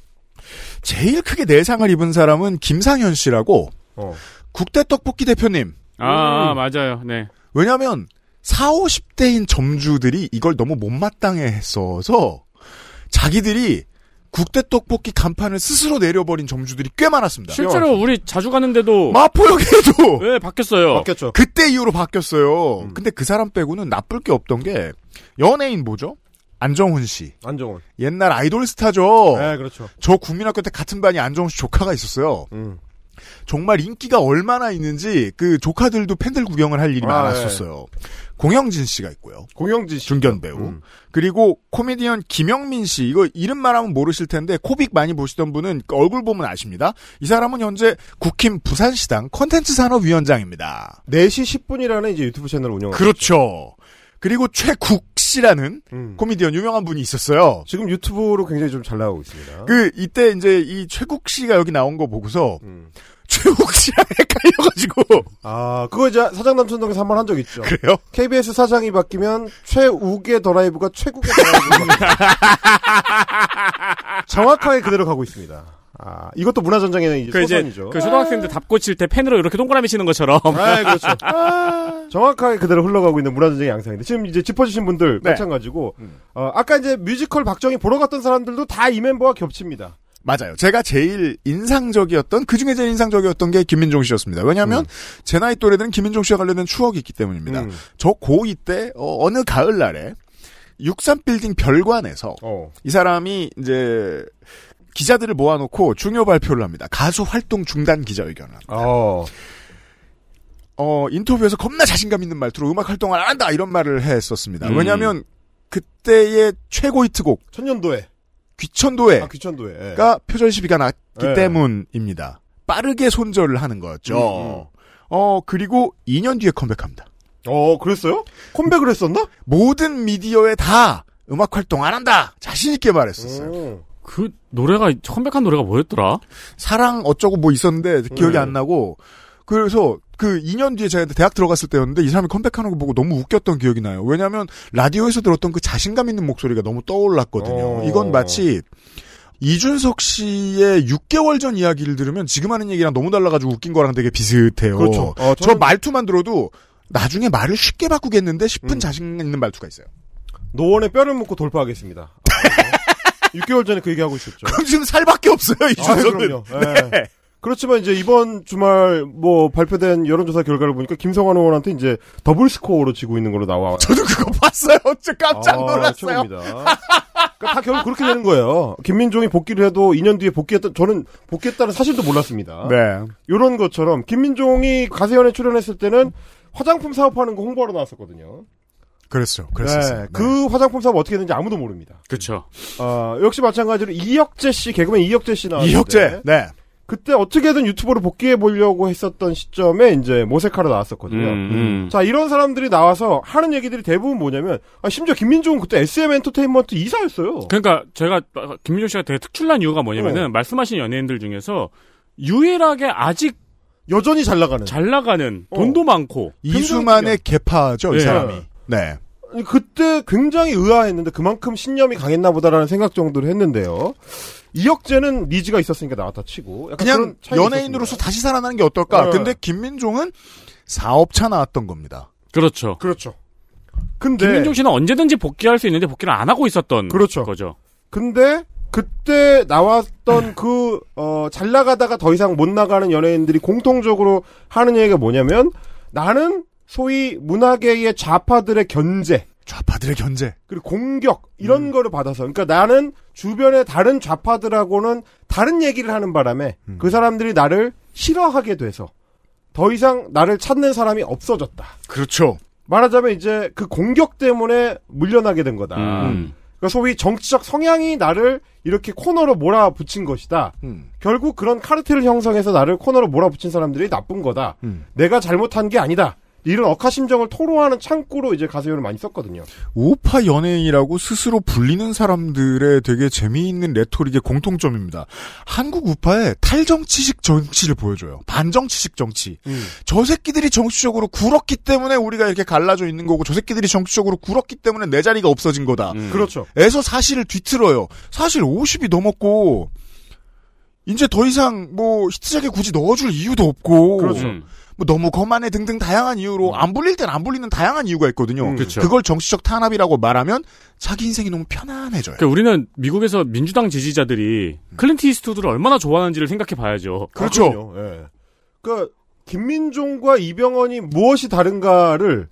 [SPEAKER 3] 제일 크게 내상을 입은 사람은 김상현 씨라고
[SPEAKER 11] 어.
[SPEAKER 3] 국대 떡볶이 대표님.
[SPEAKER 11] 아, 맞아요. 네.
[SPEAKER 3] 왜냐하면 4, 50대인 점주들이 이걸 너무 못마땅해 했어서 자기들이 국대 떡볶이 간판을 스스로 내려버린 점주들이 꽤 많았습니다.
[SPEAKER 11] 실제로 우리 자주 가는데도
[SPEAKER 3] 마포역에도
[SPEAKER 11] 네 바뀌었어요.
[SPEAKER 3] 바뀌었죠. 그때 이후로 바뀌었어요.
[SPEAKER 10] 음.
[SPEAKER 3] 근데 그 사람 빼고는 나쁠 게 없던 게 연예인 뭐죠? 안정훈 씨.
[SPEAKER 10] 안정훈.
[SPEAKER 3] 옛날 아이돌 스타죠.
[SPEAKER 10] 네, 그렇죠.
[SPEAKER 3] 저 국민학교 때 같은 반이 안정훈 씨 조카가 있었어요.
[SPEAKER 10] 음.
[SPEAKER 3] 정말 인기가 얼마나 있는지 그 조카들도 팬들 구경을 할 일이
[SPEAKER 10] 아,
[SPEAKER 3] 많았었어요. 공영진 씨가 있고요.
[SPEAKER 10] 공영진
[SPEAKER 3] 씨 중견 배우.
[SPEAKER 10] 음.
[SPEAKER 3] 그리고 코미디언 김영민 씨 이거 이름 말하면 모르실 텐데 코빅 많이 보시던 분은 그 얼굴 보면 아십니다. 이 사람은 현재 국힘 부산시당 컨텐츠 산업 위원장입니다.
[SPEAKER 10] 4시 10분이라는 이제 유튜브 채널 운영.
[SPEAKER 3] 그렇죠. 그리고 최국 씨라는 코미디언 유명한 분이 있었어요.
[SPEAKER 10] 지금 유튜브로 굉장히 좀 잘 나오고 있습니다.
[SPEAKER 3] 그 이때 이제 이 최국 씨가 여기 나온 거 보고서 최국 씨랑 헷갈려가지고
[SPEAKER 10] 아 그거 이제 사장 남천동에서 한 번 한 적 있죠.
[SPEAKER 3] 그래요?
[SPEAKER 10] KBS 사장이 바뀌면 최욱의 더라이브가 최국의 더라이브. 정확하게 그대로 가고 있습니다. 아 이것도 문화 전쟁에는 이제
[SPEAKER 11] 그 이제
[SPEAKER 10] 소선이죠.
[SPEAKER 11] 그 초등학생들 답고 칠 때 펜으로 이렇게 동그라미 치는 것처럼.
[SPEAKER 10] 아, 그렇죠. 정확하게 그대로 흘러가고 있는 문화전쟁의 양상인데 지금 이제 짚어주신 분들
[SPEAKER 11] 네.
[SPEAKER 10] 마찬가지고 어, 아까 이제 뮤지컬 박정희 보러 갔던 사람들도 다 이 멤버와 겹칩니다.
[SPEAKER 3] 맞아요. 제가 제일 인상적이었던 그 중에 제일 인상적이었던 게 김민종 씨였습니다. 왜냐하면 제 나이 또래들은 김민종 씨와 관련된 추억이 있기
[SPEAKER 11] 음.
[SPEAKER 3] 때문입니다.
[SPEAKER 10] 음.
[SPEAKER 3] 저 고2 때 어, 느 가을날에 63 빌딩 별관에서
[SPEAKER 11] 어.
[SPEAKER 3] 이 사람이 이제 기자들을 모아놓고 중요 발표를 합니다. 가수 활동 중단 기자회견을 합니다. 어,
[SPEAKER 10] 어.
[SPEAKER 3] 인터뷰에서 겁나 자신감 있는 말투로 음악 활동을 안 한다 이런 말을 했었습니다.
[SPEAKER 10] 음.
[SPEAKER 3] 왜냐하면 그때의 최고 히트곡
[SPEAKER 10] 천년도에
[SPEAKER 11] 네.
[SPEAKER 3] 귀천도에
[SPEAKER 10] 아, 귀천도에. 예.
[SPEAKER 11] 음,
[SPEAKER 3] 가 표절 시비가 났기
[SPEAKER 10] 예.
[SPEAKER 3] 때문입니다. 빠르게 손절을 하는
[SPEAKER 11] 음.
[SPEAKER 10] 음,
[SPEAKER 3] 거였죠. 어 그리고 2년 뒤에 컴백합니다.
[SPEAKER 10] 어 그랬어요? 컴백을 했었나?
[SPEAKER 3] 모든 미디어에 다 음악 활동 안 한다 자신 있게 말했었어요.
[SPEAKER 11] 그 노래가 컴백한 노래가 뭐였더라?
[SPEAKER 3] 사랑 어쩌고 뭐 있었는데 기억이
[SPEAKER 10] 네.
[SPEAKER 3] 안 나고 그래서 그 2년 뒤에 제가 대학 들어갔을 때였는데 이 사람이 컴백하는 거 보고 너무 웃겼던 기억이 나요. 왜냐하면 라디오에서 들었던 그 자신감 있는 목소리가 너무 떠올랐거든요.
[SPEAKER 10] 어.
[SPEAKER 3] 이건 마치 이준석 씨의 6개월 전 이야기를 들으면 지금 하는 얘기랑 너무 달라가지고 웃긴 거랑 되게 비슷해요.
[SPEAKER 10] 그렇죠.
[SPEAKER 3] 어,
[SPEAKER 10] 저는-
[SPEAKER 3] 저 말투만 들어도 나중에 말을 쉽게 바꾸겠는데
[SPEAKER 10] 음.
[SPEAKER 3] 싶은 자신 있는 말투가 있어요.
[SPEAKER 10] 네. 노원에 뼈를 묻고 돌파하겠습니다. 아, 네. 6개월 전에 그 얘기하고 있었죠.
[SPEAKER 3] 그럼 지금 살밖에 없어요, 이준석은.
[SPEAKER 10] 아, 그럼요.
[SPEAKER 3] 네.
[SPEAKER 10] 예. 그렇지만 이제 이번 주말 뭐 발표된 여론조사 결과를 보니까 김성환 의원한테 이제 더블 스코어로 지고 있는 걸로 나와.
[SPEAKER 3] 저도 그거 봤어요. 진짜 깜짝 놀랐어요.
[SPEAKER 10] 아, 최고입니다. 그러니까 다 결국 그렇게 되는 거예요. 김민종이 복귀를 해도 2년 뒤에 복귀했다. 저는 복귀했다는 사실도 몰랐습니다.
[SPEAKER 3] 네.
[SPEAKER 10] 이런 것처럼 김민종이 가세연에 출연했을 때는 화장품 사업하는 거 홍보하러 나왔었거든요.
[SPEAKER 3] 그랬어요. 그랬었어요.
[SPEAKER 10] 네, 그 화장품 사업 어떻게 했는지 아무도 모릅니다.
[SPEAKER 11] 그렇죠.
[SPEAKER 10] 어, 역시 마찬가지로 이혁재 씨 개그맨 이혁재 씨 나왔는데
[SPEAKER 3] 이혁재. 네.
[SPEAKER 10] 그때 어떻게든 유튜브로 복귀해 보려고 했었던 시점에 이제 모세카로 나왔었거든요.
[SPEAKER 11] 음, 음.
[SPEAKER 10] 자 이런 사람들이 나와서 하는 얘기들이 대부분 뭐냐면 아, 심지어 김민종은 그때 SM 엔터테인먼트 이사였어요.
[SPEAKER 11] 그러니까 제가 김민종 씨가 되게 특출난 이유가 뭐냐면은
[SPEAKER 10] 어.
[SPEAKER 11] 말씀하신 연예인들 중에서 유일하게 아직
[SPEAKER 10] 여전히 잘 나가는.
[SPEAKER 11] 잘 나가는 돈도 많고
[SPEAKER 3] 이수만의 개파죠, 이
[SPEAKER 11] 네.
[SPEAKER 3] 사람이. 네.
[SPEAKER 10] 아니, 그때 굉장히 의아했는데 그만큼 신념이 강했나 보다라는 생각 정도를 했는데요. 이혁재는 니즈가 있었으니까 나왔다 치고 약간
[SPEAKER 3] 그냥
[SPEAKER 10] 그런 차이가
[SPEAKER 3] 연예인으로서
[SPEAKER 10] 있었습니다.
[SPEAKER 3] 다시 살아나는 게 어떨까?
[SPEAKER 10] 네.
[SPEAKER 3] 근데 김민종은 사업차 나왔던 겁니다.
[SPEAKER 11] 그렇죠.
[SPEAKER 10] 그렇죠. 근데
[SPEAKER 11] 김민종 씨는 언제든지 복귀할 수 있는데 복귀를 안 하고 있었던
[SPEAKER 10] 네. 그렇죠.
[SPEAKER 11] 거죠.
[SPEAKER 10] 근데 그때 나왔던 그, 어, 잘 나가다가 더 이상 못 나가는 연예인들이 공통적으로 하는 얘기가 뭐냐면 나는 소위 문화계의 좌파들의 견제.
[SPEAKER 3] 좌파들의 견제.
[SPEAKER 10] 그리고 공격 이런 거를 받아서 그러니까 나는 주변의 다른 좌파들하고는 다른 얘기를 하는 바람에 그 사람들이 나를 싫어하게 돼서 더 이상 나를 찾는 사람이 없어졌다.
[SPEAKER 3] 그렇죠.
[SPEAKER 10] 말하자면 이제 그 공격 때문에 물려나게 된 거다.
[SPEAKER 11] 음.
[SPEAKER 10] 그러니까 소위 정치적 성향이 나를 이렇게 코너로 몰아붙인 것이다.
[SPEAKER 3] 음.
[SPEAKER 10] 결국 그런 카르텔을 형성해서 나를 코너로 몰아붙인 사람들이 나쁜 거다.
[SPEAKER 3] 음.
[SPEAKER 10] 내가 잘못한 게 아니다. 이런 억하심정을 토로하는 창구로 이제 가세요를 많이 썼거든요.
[SPEAKER 3] 우파 연예인이라고 스스로 불리는 사람들의 되게 재미있는 레토릭의 공통점입니다. 한국 우파의 탈정치식 정치를 보여줘요. 반정치식 정치.
[SPEAKER 10] 음.
[SPEAKER 3] 저 새끼들이 정치적으로 굴었기 때문에 우리가 이렇게 갈라져 있는 거고 저 새끼들이 정치적으로 굴었기 때문에 내 자리가 없어진 거다.
[SPEAKER 10] 그렇죠.
[SPEAKER 3] 에서 사실을 뒤틀어요. 사실 50이 넘었고 이제 더 이상 뭐 히트작에 굳이 넣어줄 이유도 없고
[SPEAKER 10] 그렇죠. 음.
[SPEAKER 3] 뭐 너무 거만해 등등 다양한 이유로 안 불릴 땐 안 불리는 다양한 이유가 있거든요.
[SPEAKER 11] 그렇죠.
[SPEAKER 3] 그걸 정치적 탄압이라고 말하면 자기 인생이 너무 편안해져요.
[SPEAKER 11] 그러니까 우리는 미국에서 민주당 지지자들이 클린트 이스트우드를 얼마나 좋아하는지를 생각해 봐야죠.
[SPEAKER 10] 그렇죠. 그러니까 김민종과 이병헌이 무엇이 다른가를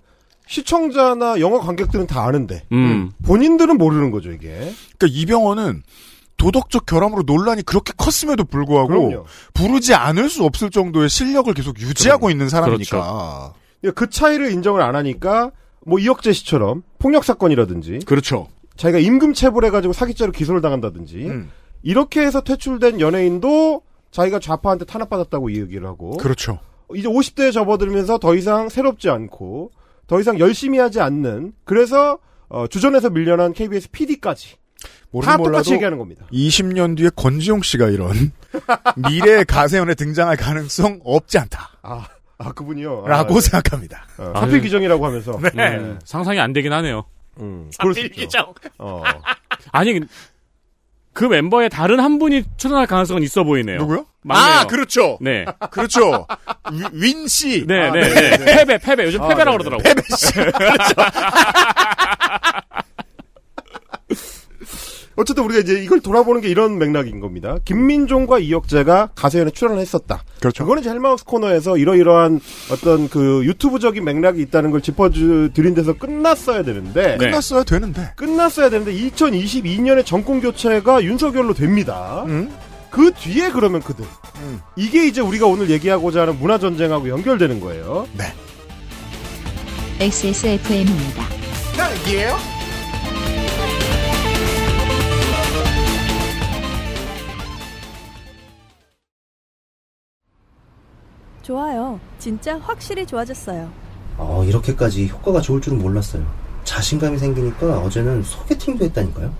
[SPEAKER 10] 시청자나 영화 관객들은 다 아는데
[SPEAKER 11] 음.
[SPEAKER 10] 본인들은 모르는 거죠 이게.
[SPEAKER 3] 그러니까 이병헌은 도덕적 결함으로 논란이 그렇게 컸음에도 불구하고
[SPEAKER 10] 그럼요.
[SPEAKER 3] 부르지 않을 수 없을 정도의 실력을 계속 유지하고 있는 사람이니까.
[SPEAKER 10] 그그 차이를 인정을 안 하니까 뭐 이혁재 씨처럼 폭력 사건이라든지
[SPEAKER 3] 그렇죠.
[SPEAKER 10] 자기가 임금 체불해 가지고 사기죄로 기소를 당한다든지
[SPEAKER 3] 음.
[SPEAKER 10] 이렇게 해서 퇴출된 연예인도 자기가 좌파한테 탄압받았다고 이 얘기를 하고
[SPEAKER 3] 그렇죠.
[SPEAKER 10] 이제 50대에 접어들면서 더 이상 새롭지 않고 더 이상 열심히 하지 않는 그래서 어, 주전에서 밀려난 KBS PD까지 다 똑같이 얘기하는 겁니다.
[SPEAKER 3] 20년 뒤에 권지용 씨가 이런 미래 가세연에 등장할 가능성 없지 않다.
[SPEAKER 10] 아, 아 그분이요. 아,
[SPEAKER 3] 라고
[SPEAKER 10] 네.
[SPEAKER 3] 생각합니다.
[SPEAKER 10] 어, 사필 규정이라고 하면서 음,
[SPEAKER 11] 네. 상상이 안 되긴 하네요.
[SPEAKER 10] 그럴 수 있죠.
[SPEAKER 11] 어. 아니 그 멤버의 다른 한 분이 출연할 가능성은 있어 보이네요.
[SPEAKER 3] 누구요?
[SPEAKER 11] 막내요.
[SPEAKER 3] 아, 그렇죠.
[SPEAKER 11] 네.
[SPEAKER 3] 그렇죠. 윈 씨.
[SPEAKER 11] 네,
[SPEAKER 3] 아,
[SPEAKER 11] 네,
[SPEAKER 3] 네,
[SPEAKER 11] 네.
[SPEAKER 3] 네.
[SPEAKER 11] 패배, 패배. 요즘
[SPEAKER 3] 아,
[SPEAKER 11] 패배라고
[SPEAKER 3] 네, 네.
[SPEAKER 11] 그러더라고.
[SPEAKER 3] 패배 씨.
[SPEAKER 10] 어쨌든 우리가 이제 이걸 돌아보는 게 이런 맥락인 겁니다. 김민종과 이혁재가 가세연에 출연을 했었다.
[SPEAKER 3] 그렇죠.
[SPEAKER 10] 거는 이제 헬마우스 코너에서 이러이러한 어떤 그 유튜브적인 맥락이 있다는 걸 짚어드린 데서 끝났어야 되는데.
[SPEAKER 9] 네.
[SPEAKER 3] 끝났어야 되는데.
[SPEAKER 10] 끝났어야 되는데 2022년에 정권 교체가 윤석열로 됩니다.
[SPEAKER 9] 음.
[SPEAKER 10] 그 뒤에 그러면 그들. 이게 이제 우리가 오늘 얘기하고자 하는 문화 전쟁하고 연결되는 거예요.
[SPEAKER 3] 네.
[SPEAKER 6] XSFM입니다.
[SPEAKER 2] 이에요?
[SPEAKER 12] 좋아요. 진짜 확실히 좋아졌어요.
[SPEAKER 13] 어, 이렇게까지 효과가 좋을 줄은 몰랐어요. 자신감이 생기니까 어제는 소개팅도 했다니까요.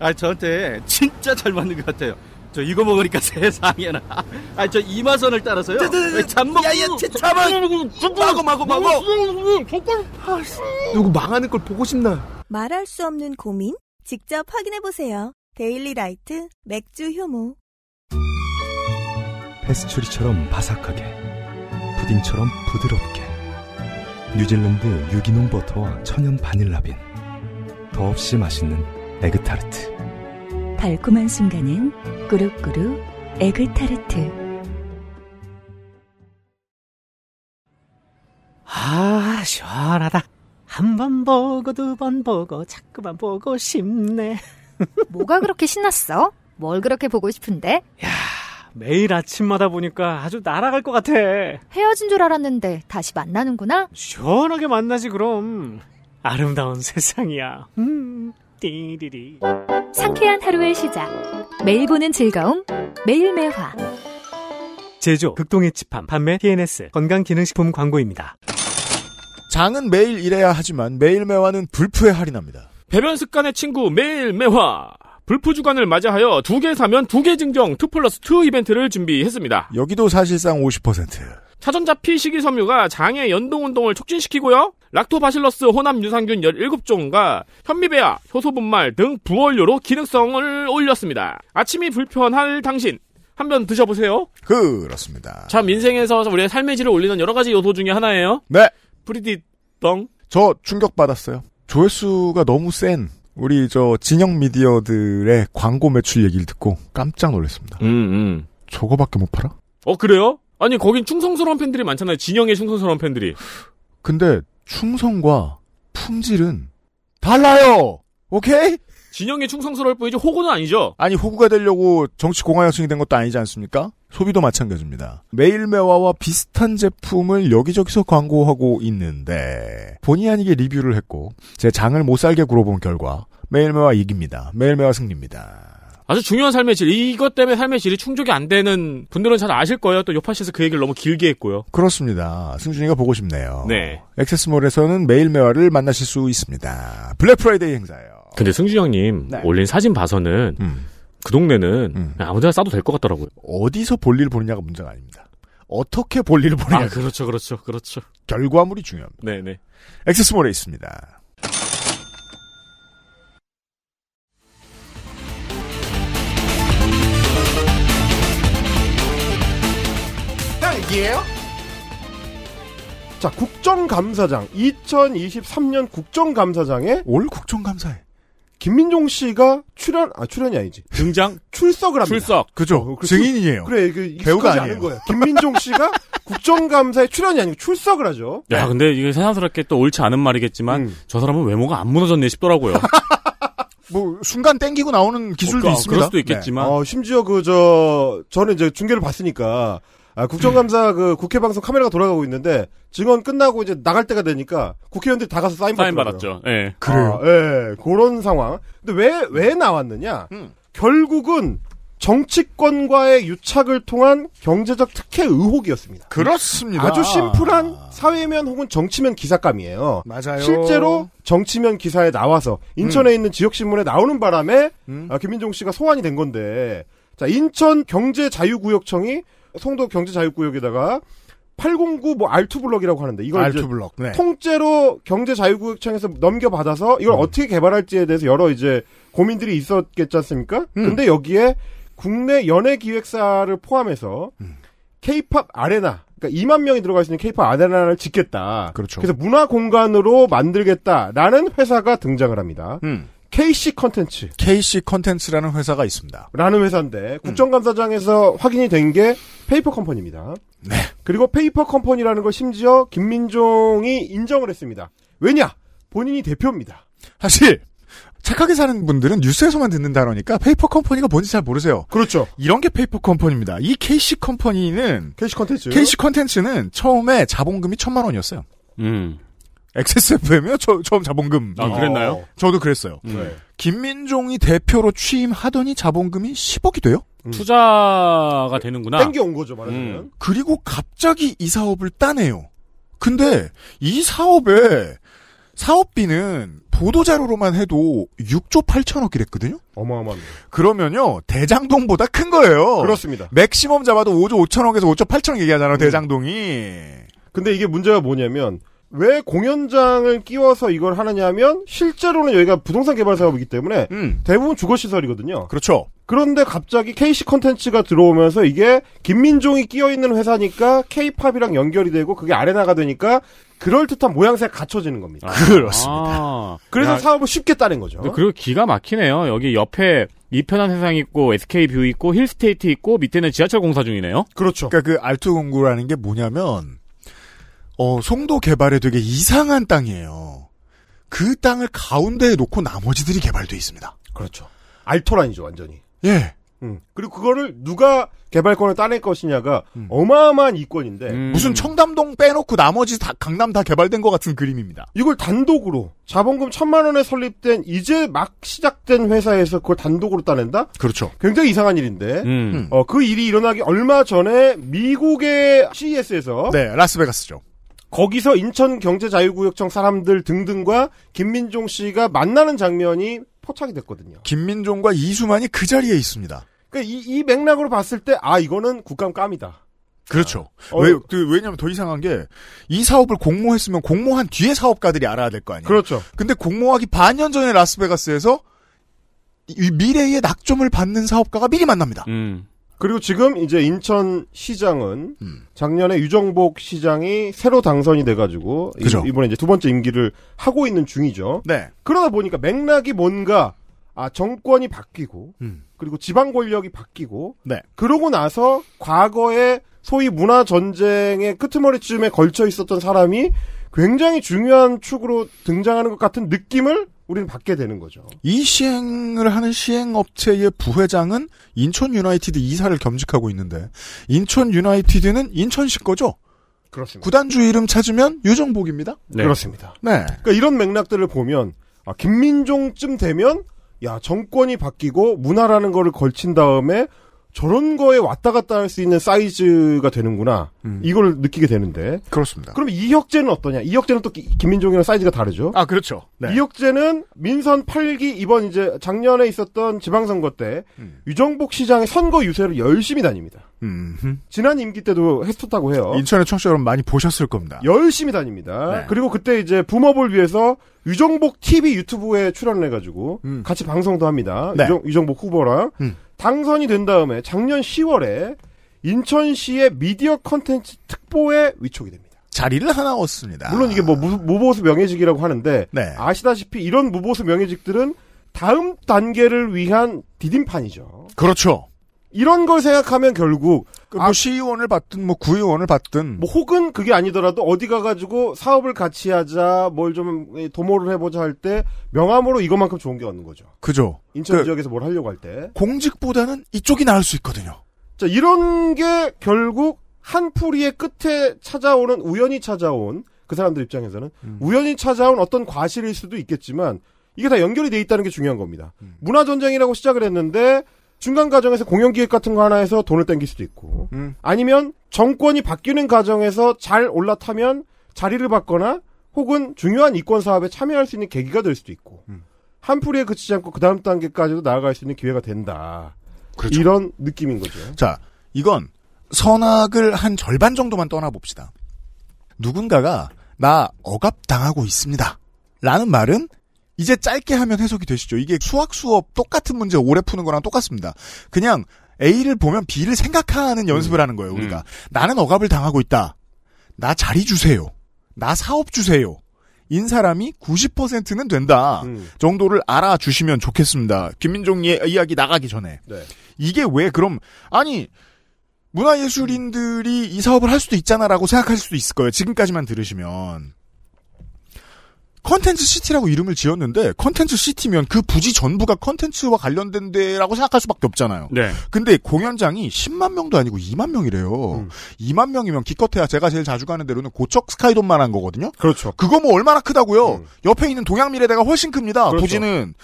[SPEAKER 9] 아 저한테 진짜 잘 맞는 것 같아요. 저 이거 먹으니까 세상에나. 아 저 이마선을 따라서요. 잠먹고 야야 잠만 마고 마고 마고. 누구 망하는 걸 보고 싶나?
[SPEAKER 12] 말할 수 없는 고민? 직접 확인해보세요. 데일리 라이트 맥주 효모.
[SPEAKER 14] 페스츄리처럼 바삭하게 푸딩처럼 부드럽게 뉴질랜드 유기농 버터와 천연 바닐라빈 더없이 맛있는 에그타르트
[SPEAKER 15] 달콤한 순간엔 꾸룩꾸룩 에그타르트.
[SPEAKER 16] 아, 시원하다. 한 번 보고 두 번 보고 자꾸만 보고 싶네.
[SPEAKER 6] 뭐가 그렇게 신났어? 뭘 그렇게 보고 싶은데?
[SPEAKER 5] 매일 아침마다 보니까 아주 날아갈 것 같아.
[SPEAKER 6] 헤어진 줄 알았는데 다시 만나는구나?
[SPEAKER 5] 시원하게 만나지 그럼. 아름다운 세상이야.
[SPEAKER 15] 음.
[SPEAKER 5] 띠리리.
[SPEAKER 15] 상쾌한 하루의 시작. 매일 보는 즐거움. 매일 매화.
[SPEAKER 5] 제조, 극동의 집함, 판매, TNS, 건강기능식품 광고입니다.
[SPEAKER 3] 장은 매일 일해야 하지만 매일 매화는 불프에 할인합니다.
[SPEAKER 4] 배변 습관의 친구 매일 매화 불프 주간을 맞이하여 두 개 사면 두 개 증정 2 플러스 2 이벤트를 준비했습니다.
[SPEAKER 3] 여기도 사실상 50%.
[SPEAKER 4] 차전자 피식이 섬유가 장의 연동 운동을 촉진시키고요. 락토바실러스 혼합 유산균 17종과 현미배아, 효소분말 등 부원료로 기능성을 올렸습니다. 아침이 불편할 당신 한 번 드셔보세요.
[SPEAKER 3] 그렇습니다.
[SPEAKER 4] 참 인생에서 우리의 삶의 질을 올리는 여러 가지 요소 중에 하나예요.
[SPEAKER 3] 네.
[SPEAKER 4] 프리디 뻥.
[SPEAKER 3] 저 충격받았어요. 조회수가 너무 센 우리 저 진영 미디어들의 광고 매출 얘기를 듣고 깜짝 놀랐습니다.
[SPEAKER 4] 음, 음.
[SPEAKER 3] 저거밖에 못 팔아?
[SPEAKER 4] 어 그래요? 아니 거긴 충성스러운 팬들이 많잖아요. 진영의 충성스러운 팬들이.
[SPEAKER 3] 근데 충성과 품질은 달라요. 오케이?
[SPEAKER 4] 진영의 충성스러울 뿐이지 호구는 아니죠.
[SPEAKER 3] 아니 호구가 되려고 정치 공화여성이 된 것도 아니지 않습니까? 소비도 마찬가지입니다. 매일매화와 비슷한 제품을 여기저기서 광고하고 있는데 본의 아니게 리뷰를 했고 제 장을 못 살게 굴어본 결과 매일매화 이깁니다. 매일매화 승리입니다.
[SPEAKER 4] 아주 중요한 삶의 질. 이것 때문에 삶의 질이 충족이 안 되는 분들은 잘 아실 거예요. 또 요파시에서 그 얘기를 너무 길게 했고요.
[SPEAKER 3] 그렇습니다. 승준이가 보고 싶네요.
[SPEAKER 4] 네.
[SPEAKER 3] 액세스몰에서는 매일 매화를 만나실 수 있습니다. 블랙 프라이데이 행사예요.
[SPEAKER 4] 근데 승주 형님 올린 사진 봐서는 그 동네는
[SPEAKER 11] 음.
[SPEAKER 4] 아무데나 싸도 될 것 같더라고요.
[SPEAKER 3] 어디서 볼일 보느냐가 문제가 아닙니다. 어떻게 볼일 보느냐.
[SPEAKER 4] 아, 그렇죠, 그렇죠, 그렇죠.
[SPEAKER 3] 결과물이 중요합니다.
[SPEAKER 4] 네, 네.
[SPEAKER 3] 액세스몰에 있습니다.
[SPEAKER 2] 이에요?
[SPEAKER 10] 자, 국정감사장. 2023년 국정감사장에
[SPEAKER 3] 올 국정감사에
[SPEAKER 10] 김민종 씨가 출연 아 출연이 아니지.
[SPEAKER 4] 등장
[SPEAKER 10] 출석을 합니다.
[SPEAKER 4] 출석.
[SPEAKER 3] 그죠. 증인이에요.
[SPEAKER 10] 어, 그렇죠. 그래 그
[SPEAKER 3] 배우가
[SPEAKER 10] 배우가 아닌
[SPEAKER 3] 아니에요.
[SPEAKER 10] 거예요. 김민종 씨가 국정감사에 출연이 아니고 출석을 하죠.
[SPEAKER 4] 네.
[SPEAKER 11] 야, 근데 이게 새삼스럽게 또 옳지 않은 말이겠지만 저 사람은 외모가 안 무너졌네 싶더라고요.
[SPEAKER 3] 뭐 순간 땡기고 나오는 기술도
[SPEAKER 11] 어, 그럴
[SPEAKER 3] 있습니다. 네.
[SPEAKER 11] 수도 있겠지만.
[SPEAKER 10] 어, 심지어 그 저 저는 이제 중계를 봤으니까 아, 국정감사 그 국회 방송 카메라가 돌아가고 있는데 증언 끝나고 이제 나갈 때가 되니까 국회의원들이 다 가서 사인,
[SPEAKER 11] 사인
[SPEAKER 10] 받더라고요.
[SPEAKER 11] 받았죠. 예.
[SPEAKER 10] 그래요. 예, 그런 상황. 근데 왜 왜 나왔느냐? 결국은 정치권과의 유착을 통한 경제적 특혜 의혹이었습니다.
[SPEAKER 3] 그렇습니다.
[SPEAKER 10] 아주 심플한 사회면 혹은 정치면 기사감이에요.
[SPEAKER 3] 맞아요.
[SPEAKER 10] 실제로 정치면 기사에 나와서 인천에 있는 지역 신문에 나오는 바람에 아, 김민종 씨가 소환이 된 건데 자 인천 경제자유구역청이 송도 경제자유구역에다가 809 뭐 R2 블럭이라고 하는데 이걸 이제
[SPEAKER 3] R2 블럭, 네.
[SPEAKER 10] 통째로 경제자유구역청에서 넘겨받아서
[SPEAKER 3] 음.
[SPEAKER 10] 이걸 어떻게 개발할지에 대해서 여러 이제 고민들이 있었겠지 않습니까?
[SPEAKER 3] 음.
[SPEAKER 10] 근데 여기에 국내 연예 기획사를 포함해서
[SPEAKER 3] 음.
[SPEAKER 10] 케이팝 아레나 그러니까 2만 명이 들어갈 수 있는 케이팝 아레나를 짓겠다.
[SPEAKER 3] 그렇죠.
[SPEAKER 10] 그래서 문화 공간으로 만들겠다라는 회사가 등장을 합니다.
[SPEAKER 3] 음.
[SPEAKER 10] KC 컨텐츠.
[SPEAKER 3] KC 컨텐츠라는 회사가 있습니다.
[SPEAKER 10] 라는 회사인데 국정감사장에서 확인이 된 게 페이퍼 컴퍼니입니다. 네. 그리고 페이퍼 컴퍼니라는 걸 심지어 김민종이 인정을 했습니다. 왜냐? 본인이 대표입니다.
[SPEAKER 3] 사실 착하게 사는 분들은 뉴스에서만 듣는 단어니까 페이퍼 컴퍼니가 뭔지 잘 모르세요.
[SPEAKER 10] 그렇죠.
[SPEAKER 3] 이런 게 페이퍼 컴퍼니입니다. 이 KC 컴퍼니는
[SPEAKER 10] KC 컨텐츠.
[SPEAKER 3] KC 컨텐츠는 처음에 자본금이 천만 원이었어요.
[SPEAKER 11] 음.
[SPEAKER 3] XSFM이요? 처음 자본금.
[SPEAKER 10] 네.
[SPEAKER 11] 아, 그랬나요?
[SPEAKER 3] 어, 저도 그랬어요.
[SPEAKER 10] 음.
[SPEAKER 3] 김민종이 대표로 취임하더니 자본금이 10억이 돼요?
[SPEAKER 11] 투자가 되는구나. 아.
[SPEAKER 10] 땡겨온 거죠, 말하자면.
[SPEAKER 3] 그리고 갑자기 이 사업을 따내요. 근데 이 사업에 사업비는 보도자료로만 해도 6조 8천억이랬거든요?
[SPEAKER 10] 어마어마합니다.
[SPEAKER 3] 그러면요, 대장동보다 큰 거예요.
[SPEAKER 10] 그렇습니다. 음.
[SPEAKER 3] 맥시멈 잡아도 5조 5천억에서 5조 8천억 얘기하잖아요, 대장동이.
[SPEAKER 10] 근데 이게 문제가 뭐냐면 왜 공연장을 끼워서 이걸 하느냐면 실제로는 여기가 부동산 개발 사업이기 때문에
[SPEAKER 3] 음.
[SPEAKER 10] 대부분 주거 시설이거든요.
[SPEAKER 3] 그렇죠.
[SPEAKER 10] 그런데 갑자기 KC 컨텐츠가 들어오면서 이게 김민종이 끼어 있는 회사니까 K-팝이랑 연결이 되고 그게 아레나가 되니까 그럴 듯한 모양새가 갖춰지는 겁니다.
[SPEAKER 11] 아, 그렇습니다.
[SPEAKER 10] 그래서 사업을 쉽게 따낸 거죠.
[SPEAKER 4] 어?
[SPEAKER 11] 근데 아, 네, 그리고 기가 막히네요. 여기 옆에 이편한 세상 있고 SK 뷰 있고 힐스테이트 있고 밑에는 지하철 공사 중이네요.
[SPEAKER 10] 그렇죠.
[SPEAKER 3] 그러니까 그 알투 공구라는 게 뭐냐면 어 송도 개발에 되게 이상한 땅이에요. 그 땅을 가운데에 놓고 나머지들이 개발돼 있습니다.
[SPEAKER 10] 그렇죠. 알토란이죠, 완전히.
[SPEAKER 3] 예.
[SPEAKER 10] 음. 그리고 그거를 누가 개발권을 따낼 것이냐가
[SPEAKER 11] 음.
[SPEAKER 10] 어마어마한 이권인데
[SPEAKER 4] 음.
[SPEAKER 3] 무슨 청담동 빼놓고 나머지 다 강남 다 개발된 것 같은 그림입니다.
[SPEAKER 10] 이걸 단독으로 자본금 천만 원에 설립된 이제 막 시작된 회사에서 그걸 단독으로 따낸다?
[SPEAKER 3] 그렇죠.
[SPEAKER 10] 굉장히 이상한 일인데
[SPEAKER 11] 음.
[SPEAKER 10] 어, 그 일이 일어나기 얼마 전에 미국의 E CES에서
[SPEAKER 3] 네, 라스베가스죠.
[SPEAKER 10] 거기서 인천 경제자유구역청 사람들 등등과 김민종 씨가 만나는 장면이 포착이 됐거든요.
[SPEAKER 3] 김민종과 이수만이 그 자리에 있습니다.
[SPEAKER 10] 그러니까 이, 이 맥락으로 봤을 때 아 이거는 국감 깜이다.
[SPEAKER 3] 그렇죠.
[SPEAKER 10] 어.
[SPEAKER 3] 왜, 그, 왜냐면 더 이상한 게 이 사업을 공모했으면 공모한 뒤에 사업가들이 알아야 될 거 아니에요.
[SPEAKER 10] 그렇죠.
[SPEAKER 3] 근데 공모하기 반년 전에 라스베가스에서 이 미래의 낙점을 받는 사업가가 미리 만납니다.
[SPEAKER 11] 음.
[SPEAKER 10] 그리고 지금 이제 인천 시장은
[SPEAKER 3] 음.
[SPEAKER 10] 작년에 유정복 시장이 새로 당선이 돼가지고 이-
[SPEAKER 3] 그죠.
[SPEAKER 10] 이번에 이제 두 번째 임기를 하고 있는 중이죠.
[SPEAKER 3] 네.
[SPEAKER 10] 그러다 보니까 맥락이 뭔가 아 정권이 바뀌고 그리고 지방 권력이 바뀌고
[SPEAKER 3] 네.
[SPEAKER 10] 그러고 나서 과거에 소위 문화 전쟁의 끄트머리쯤에 걸쳐 있었던 사람이 굉장히 중요한 축으로 등장하는 것 같은 느낌을 우리는 받게 되는 거죠.
[SPEAKER 3] 이 시행을 하는 시행업체의 부회장은 인천 유나이티드 이사를 겸직하고 있는데 인천 유나이티드는 인천식 거죠.
[SPEAKER 10] 그렇습니다. 네.
[SPEAKER 3] 구단주 이름 찾으면 유정복입니다.
[SPEAKER 10] 그렇습니다.
[SPEAKER 3] 네.
[SPEAKER 10] 그러니까 이런 맥락들을 보면 아, 김민종쯤 되면 야 정권이 바뀌고 문화라는 거를 걸친 다음에 저런 거에 왔다 갔다 할 수 있는 사이즈가 되는구나. 이걸 느끼게 되는데.
[SPEAKER 3] 그렇습니다.
[SPEAKER 10] 그러니까. 그럼 이혁재는 어떠냐? 이혁재는 또 기- 김민종이랑 사이즈가 다르죠.
[SPEAKER 17] 아, 그렇죠. 네.
[SPEAKER 10] 이혁재는 민선 8기 이번 이제 작년에 있었던 지방선거 때
[SPEAKER 17] 음.
[SPEAKER 10] 유정복 시장의 선거 유세를 열심히 다닙니다.
[SPEAKER 3] 음.
[SPEAKER 10] 지난 임기 때도 했었다고 해요.
[SPEAKER 3] 인천의 청취자 어? 여러분 많이 보셨을 겁니다.
[SPEAKER 10] 열심히 다닙니다.
[SPEAKER 17] 네.
[SPEAKER 10] 그리고 그때 이제 붐업을 위해서 유정복 TV 유튜브에 출연을 해가지고
[SPEAKER 17] 음.
[SPEAKER 10] 같이 방송도 합니다.
[SPEAKER 3] 네.
[SPEAKER 10] 유정, 유정복 후보랑 당선이 된 다음에 작년 10월에 인천시의 미디어 컨텐츠 특보에 위촉이 됩니다.
[SPEAKER 3] 자리를 하나 얻습니다.
[SPEAKER 10] 물론 이게 뭐 무, 무보수 명예직이라고 하는데
[SPEAKER 3] 아. 네.
[SPEAKER 10] 아시다시피 이런 무보수 명예직들은 다음 단계를 위한 디딤판이죠.
[SPEAKER 3] 그렇죠.
[SPEAKER 10] 이런 걸 생각하면 결국
[SPEAKER 3] 뭐 시의원을 받든 뭐 구의원을 받든
[SPEAKER 10] 뭐 혹은 그게 아니더라도 어디 가가지고 사업을 같이 하자 뭘 좀 도모를 해보자 할 때 명함으로 이것만큼 좋은 게 없는 거죠.
[SPEAKER 3] 그죠.
[SPEAKER 10] 인천
[SPEAKER 3] 그
[SPEAKER 10] 지역에서 뭘 하려고 할 때.
[SPEAKER 3] 공직보다는 이쪽이 나을 수 있거든요.
[SPEAKER 10] 자, 이런 게 결국 한 풀이의 끝에 찾아오는 우연히 찾아온 그 사람들 입장에서는 우연히 찾아온 어떤 과실일 수도 있겠지만 이게 다 연결이 돼 있다는 게 중요한 겁니다. 문화 전쟁이라고 시작을 했는데 중간 과정에서 공연 기획 같은 거 하나에서 돈을 땡길 수도 있고 아니면 정권이 바뀌는 과정에서 잘 올라타면 자리를 받거나 혹은 중요한 이권 사업에 참여할 수 있는 계기가 될 수도 있고 한 풀이에 그치지 않고 그 다음 단계까지도 나아갈 수 있는 기회가 된다. 이런 느낌인 거죠.
[SPEAKER 3] 자, 이건 선악을 한 절반 정도만 떠나봅시다. 누군가가 나 억압당하고 있습니다. 라는 말은 이제 짧게 하면 해석이 되시죠. 이게 수학 수업 똑같은 문제 오래 푸는 거랑 똑같습니다. 그냥 A를 보면 B를 생각하는 연습을 하는 거예요, 우리가. 나는 억압을 당하고 있다. 나 자리 주세요. 나 사업 주세요. 인 사람이 90%는 된다. 정도를 알아주시면 좋겠습니다. 김민종 이- 이야기 나가기 전에. 이게 왜 그럼 아니 문화예술인들이 이 사업을 할 수도 있잖아라고 생각하실 수도 있을 거예요. 지금까지만 들으시면 컨텐츠 시티라고 이름을 지었는데 컨텐츠 시티면 그 부지 전부가 컨텐츠와 관련된 데라고 생각할 수밖에 없잖아요.
[SPEAKER 11] 네.
[SPEAKER 3] 근데 공연장이 10만 명도 아니고 2만 명이래요.
[SPEAKER 10] 음.
[SPEAKER 3] 2만 명이면 기껏해야 제가 제일 자주 가는 데로는 고척 스카이돔만 한 거거든요.
[SPEAKER 10] 그렇죠. 음.
[SPEAKER 3] 그거 뭐 얼마나 크다고요? 옆에 있는 동양미래대가 훨씬 큽니다.
[SPEAKER 10] 그렇죠.
[SPEAKER 3] 부지는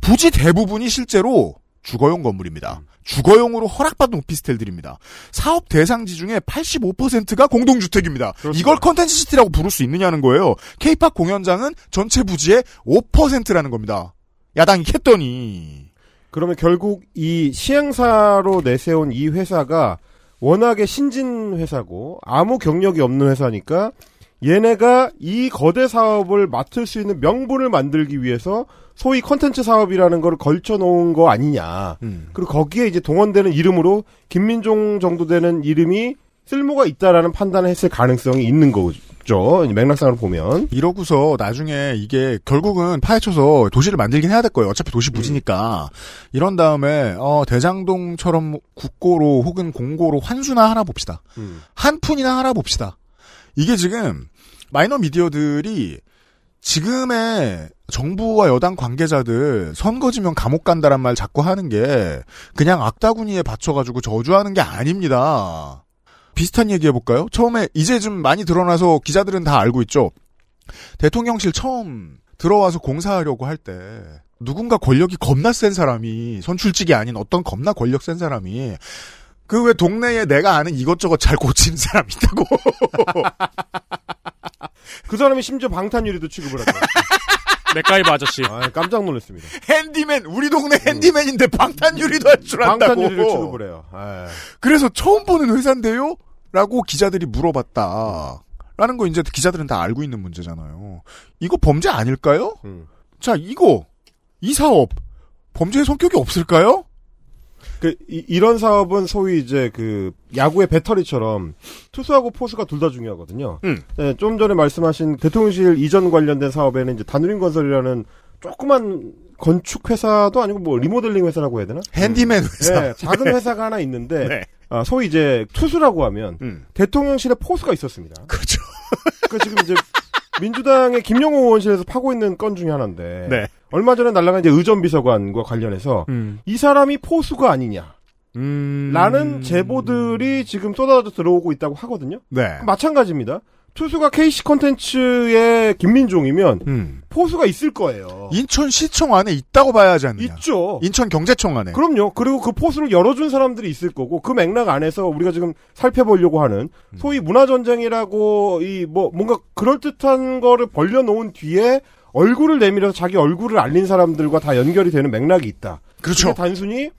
[SPEAKER 3] 부지 대부분이 실제로 주거용 건물입니다. 주거용으로 허락받은 오피스텔들입니다. 사업 대상지 중에 85%가 공동주택입니다. 이걸 컨텐츠 시티라고 부를 수 있느냐는 거예요. 케이팝 공연장은 전체 부지의 5%라는 겁니다. 야당이 했더니
[SPEAKER 10] 그러면 결국 이 시행사로 내세운 이 회사가 워낙에 신진 회사고 아무 경력이 없는 회사니까 얘네가 이 거대 사업을 맡을 수 있는 명분을 만들기 위해서 소위 컨텐츠 사업이라는 걸 걸쳐 놓은 거 아니냐.
[SPEAKER 3] 음.
[SPEAKER 10] 그리고 거기에 이제 동원되는 이름으로 김민종 정도 되는 이름이 쓸모가 있다라는 판단을 했을 가능성이 있는 거죠. 이제 맥락상으로 보면.
[SPEAKER 3] 이러고서 나중에 이게 결국은 파헤쳐서 도시를 만들긴 해야 될 거예요. 어차피 도시 부지니까. 이런 다음에 어, 대장동처럼 국고로 혹은 공고로 환수나 하나 봅시다. 한 푼이나 하나 봅시다. 이게 지금 마이너 미디어들이 지금의 정부와 여당 관계자들 선거지면 감옥 간다란 말 자꾸 하는 게 그냥 악다구니에 받쳐가지고 저주하는 게 아닙니다. 비슷한 얘기 해볼까요? 처음에 이제 좀 많이 드러나서 기자들은 다 알고 있죠. 대통령실 처음 들어와서 공사하려고 할 때 누군가 권력이 겁나 센 사람이 선출직이 아닌 어떤 겁나 권력 센 사람이 그 왜 동네에 내가 아는 이것저것 잘 고치는 사람 있다고
[SPEAKER 10] 그 사람이 심지어 방탄유리도 취급을 하죠.
[SPEAKER 4] 맥가이버 아저씨.
[SPEAKER 10] 깜짝 놀랐습니다.
[SPEAKER 3] 핸디맨 우리 동네 핸디맨인데 방탄유리도 할 줄 안다고
[SPEAKER 10] 음. 방탄유리를 취급을 해요. 아,
[SPEAKER 3] 그래서 처음 보는 회사인데요? 라고 기자들이 물어봤다. 라는 거 이제 기자들은 다 알고 있는 문제잖아요. 이거 범죄 아닐까요?
[SPEAKER 10] 음.
[SPEAKER 3] 자, 이거, 이 사업, 범죄의 성격이
[SPEAKER 10] 음.
[SPEAKER 3] 없을까요?
[SPEAKER 10] 그 이, 런 사업은 소위 이제 그 야구의 배터리처럼 투수하고 포수가 둘 다 중요하거든요. 네, 좀 전에 말씀하신 대통령실 이전 관련된 사업에는 이제 다누림 건설이라는 조그만 건축 회사도 아니고 뭐 리모델링 회사라고 해야 되나?
[SPEAKER 3] 핸디맨 회사.
[SPEAKER 10] 네, 작은 회사가 하나 있는데
[SPEAKER 3] 네.
[SPEAKER 10] 아, 소위 이제 투수라고 하면 대통령실에 포수가 있었습니다.
[SPEAKER 3] 음. 그렇죠.
[SPEAKER 10] 그 지금 이제 민주당의 김영호 의원실에서 파고 있는 건 중에 하나인데
[SPEAKER 3] 네.
[SPEAKER 10] 얼마 전에 날라간 이제 의전비서관과 관련해서
[SPEAKER 3] 음.
[SPEAKER 10] 이 사람이 포수가 아니냐. 라는 제보들이 지금 쏟아져 들어오고 있다고 하거든요.
[SPEAKER 3] 네.
[SPEAKER 10] 마찬가지입니다. 투수가 KC 컨텐츠의 김민종이면 포수가 있을 거예요.
[SPEAKER 3] 음. 인천 시청 안에 있다고 봐야 하지 않나요?
[SPEAKER 10] 어. 있죠.
[SPEAKER 3] 인천 경제청 안에.
[SPEAKER 10] 그럼요. 그리고 그 포수를 열어준 사람들이 있을 거고 그 맥락 안에서 우리가 지금 살펴보려고 하는 소위 문화 전쟁이라고 이 뭐 뭔가 그럴 듯한 거를 벌려놓은 뒤에 얼굴을 내밀어서 자기 얼굴을 알린 사람들과 다 연결이 되는 맥락이 있다. 그렇죠. 단순히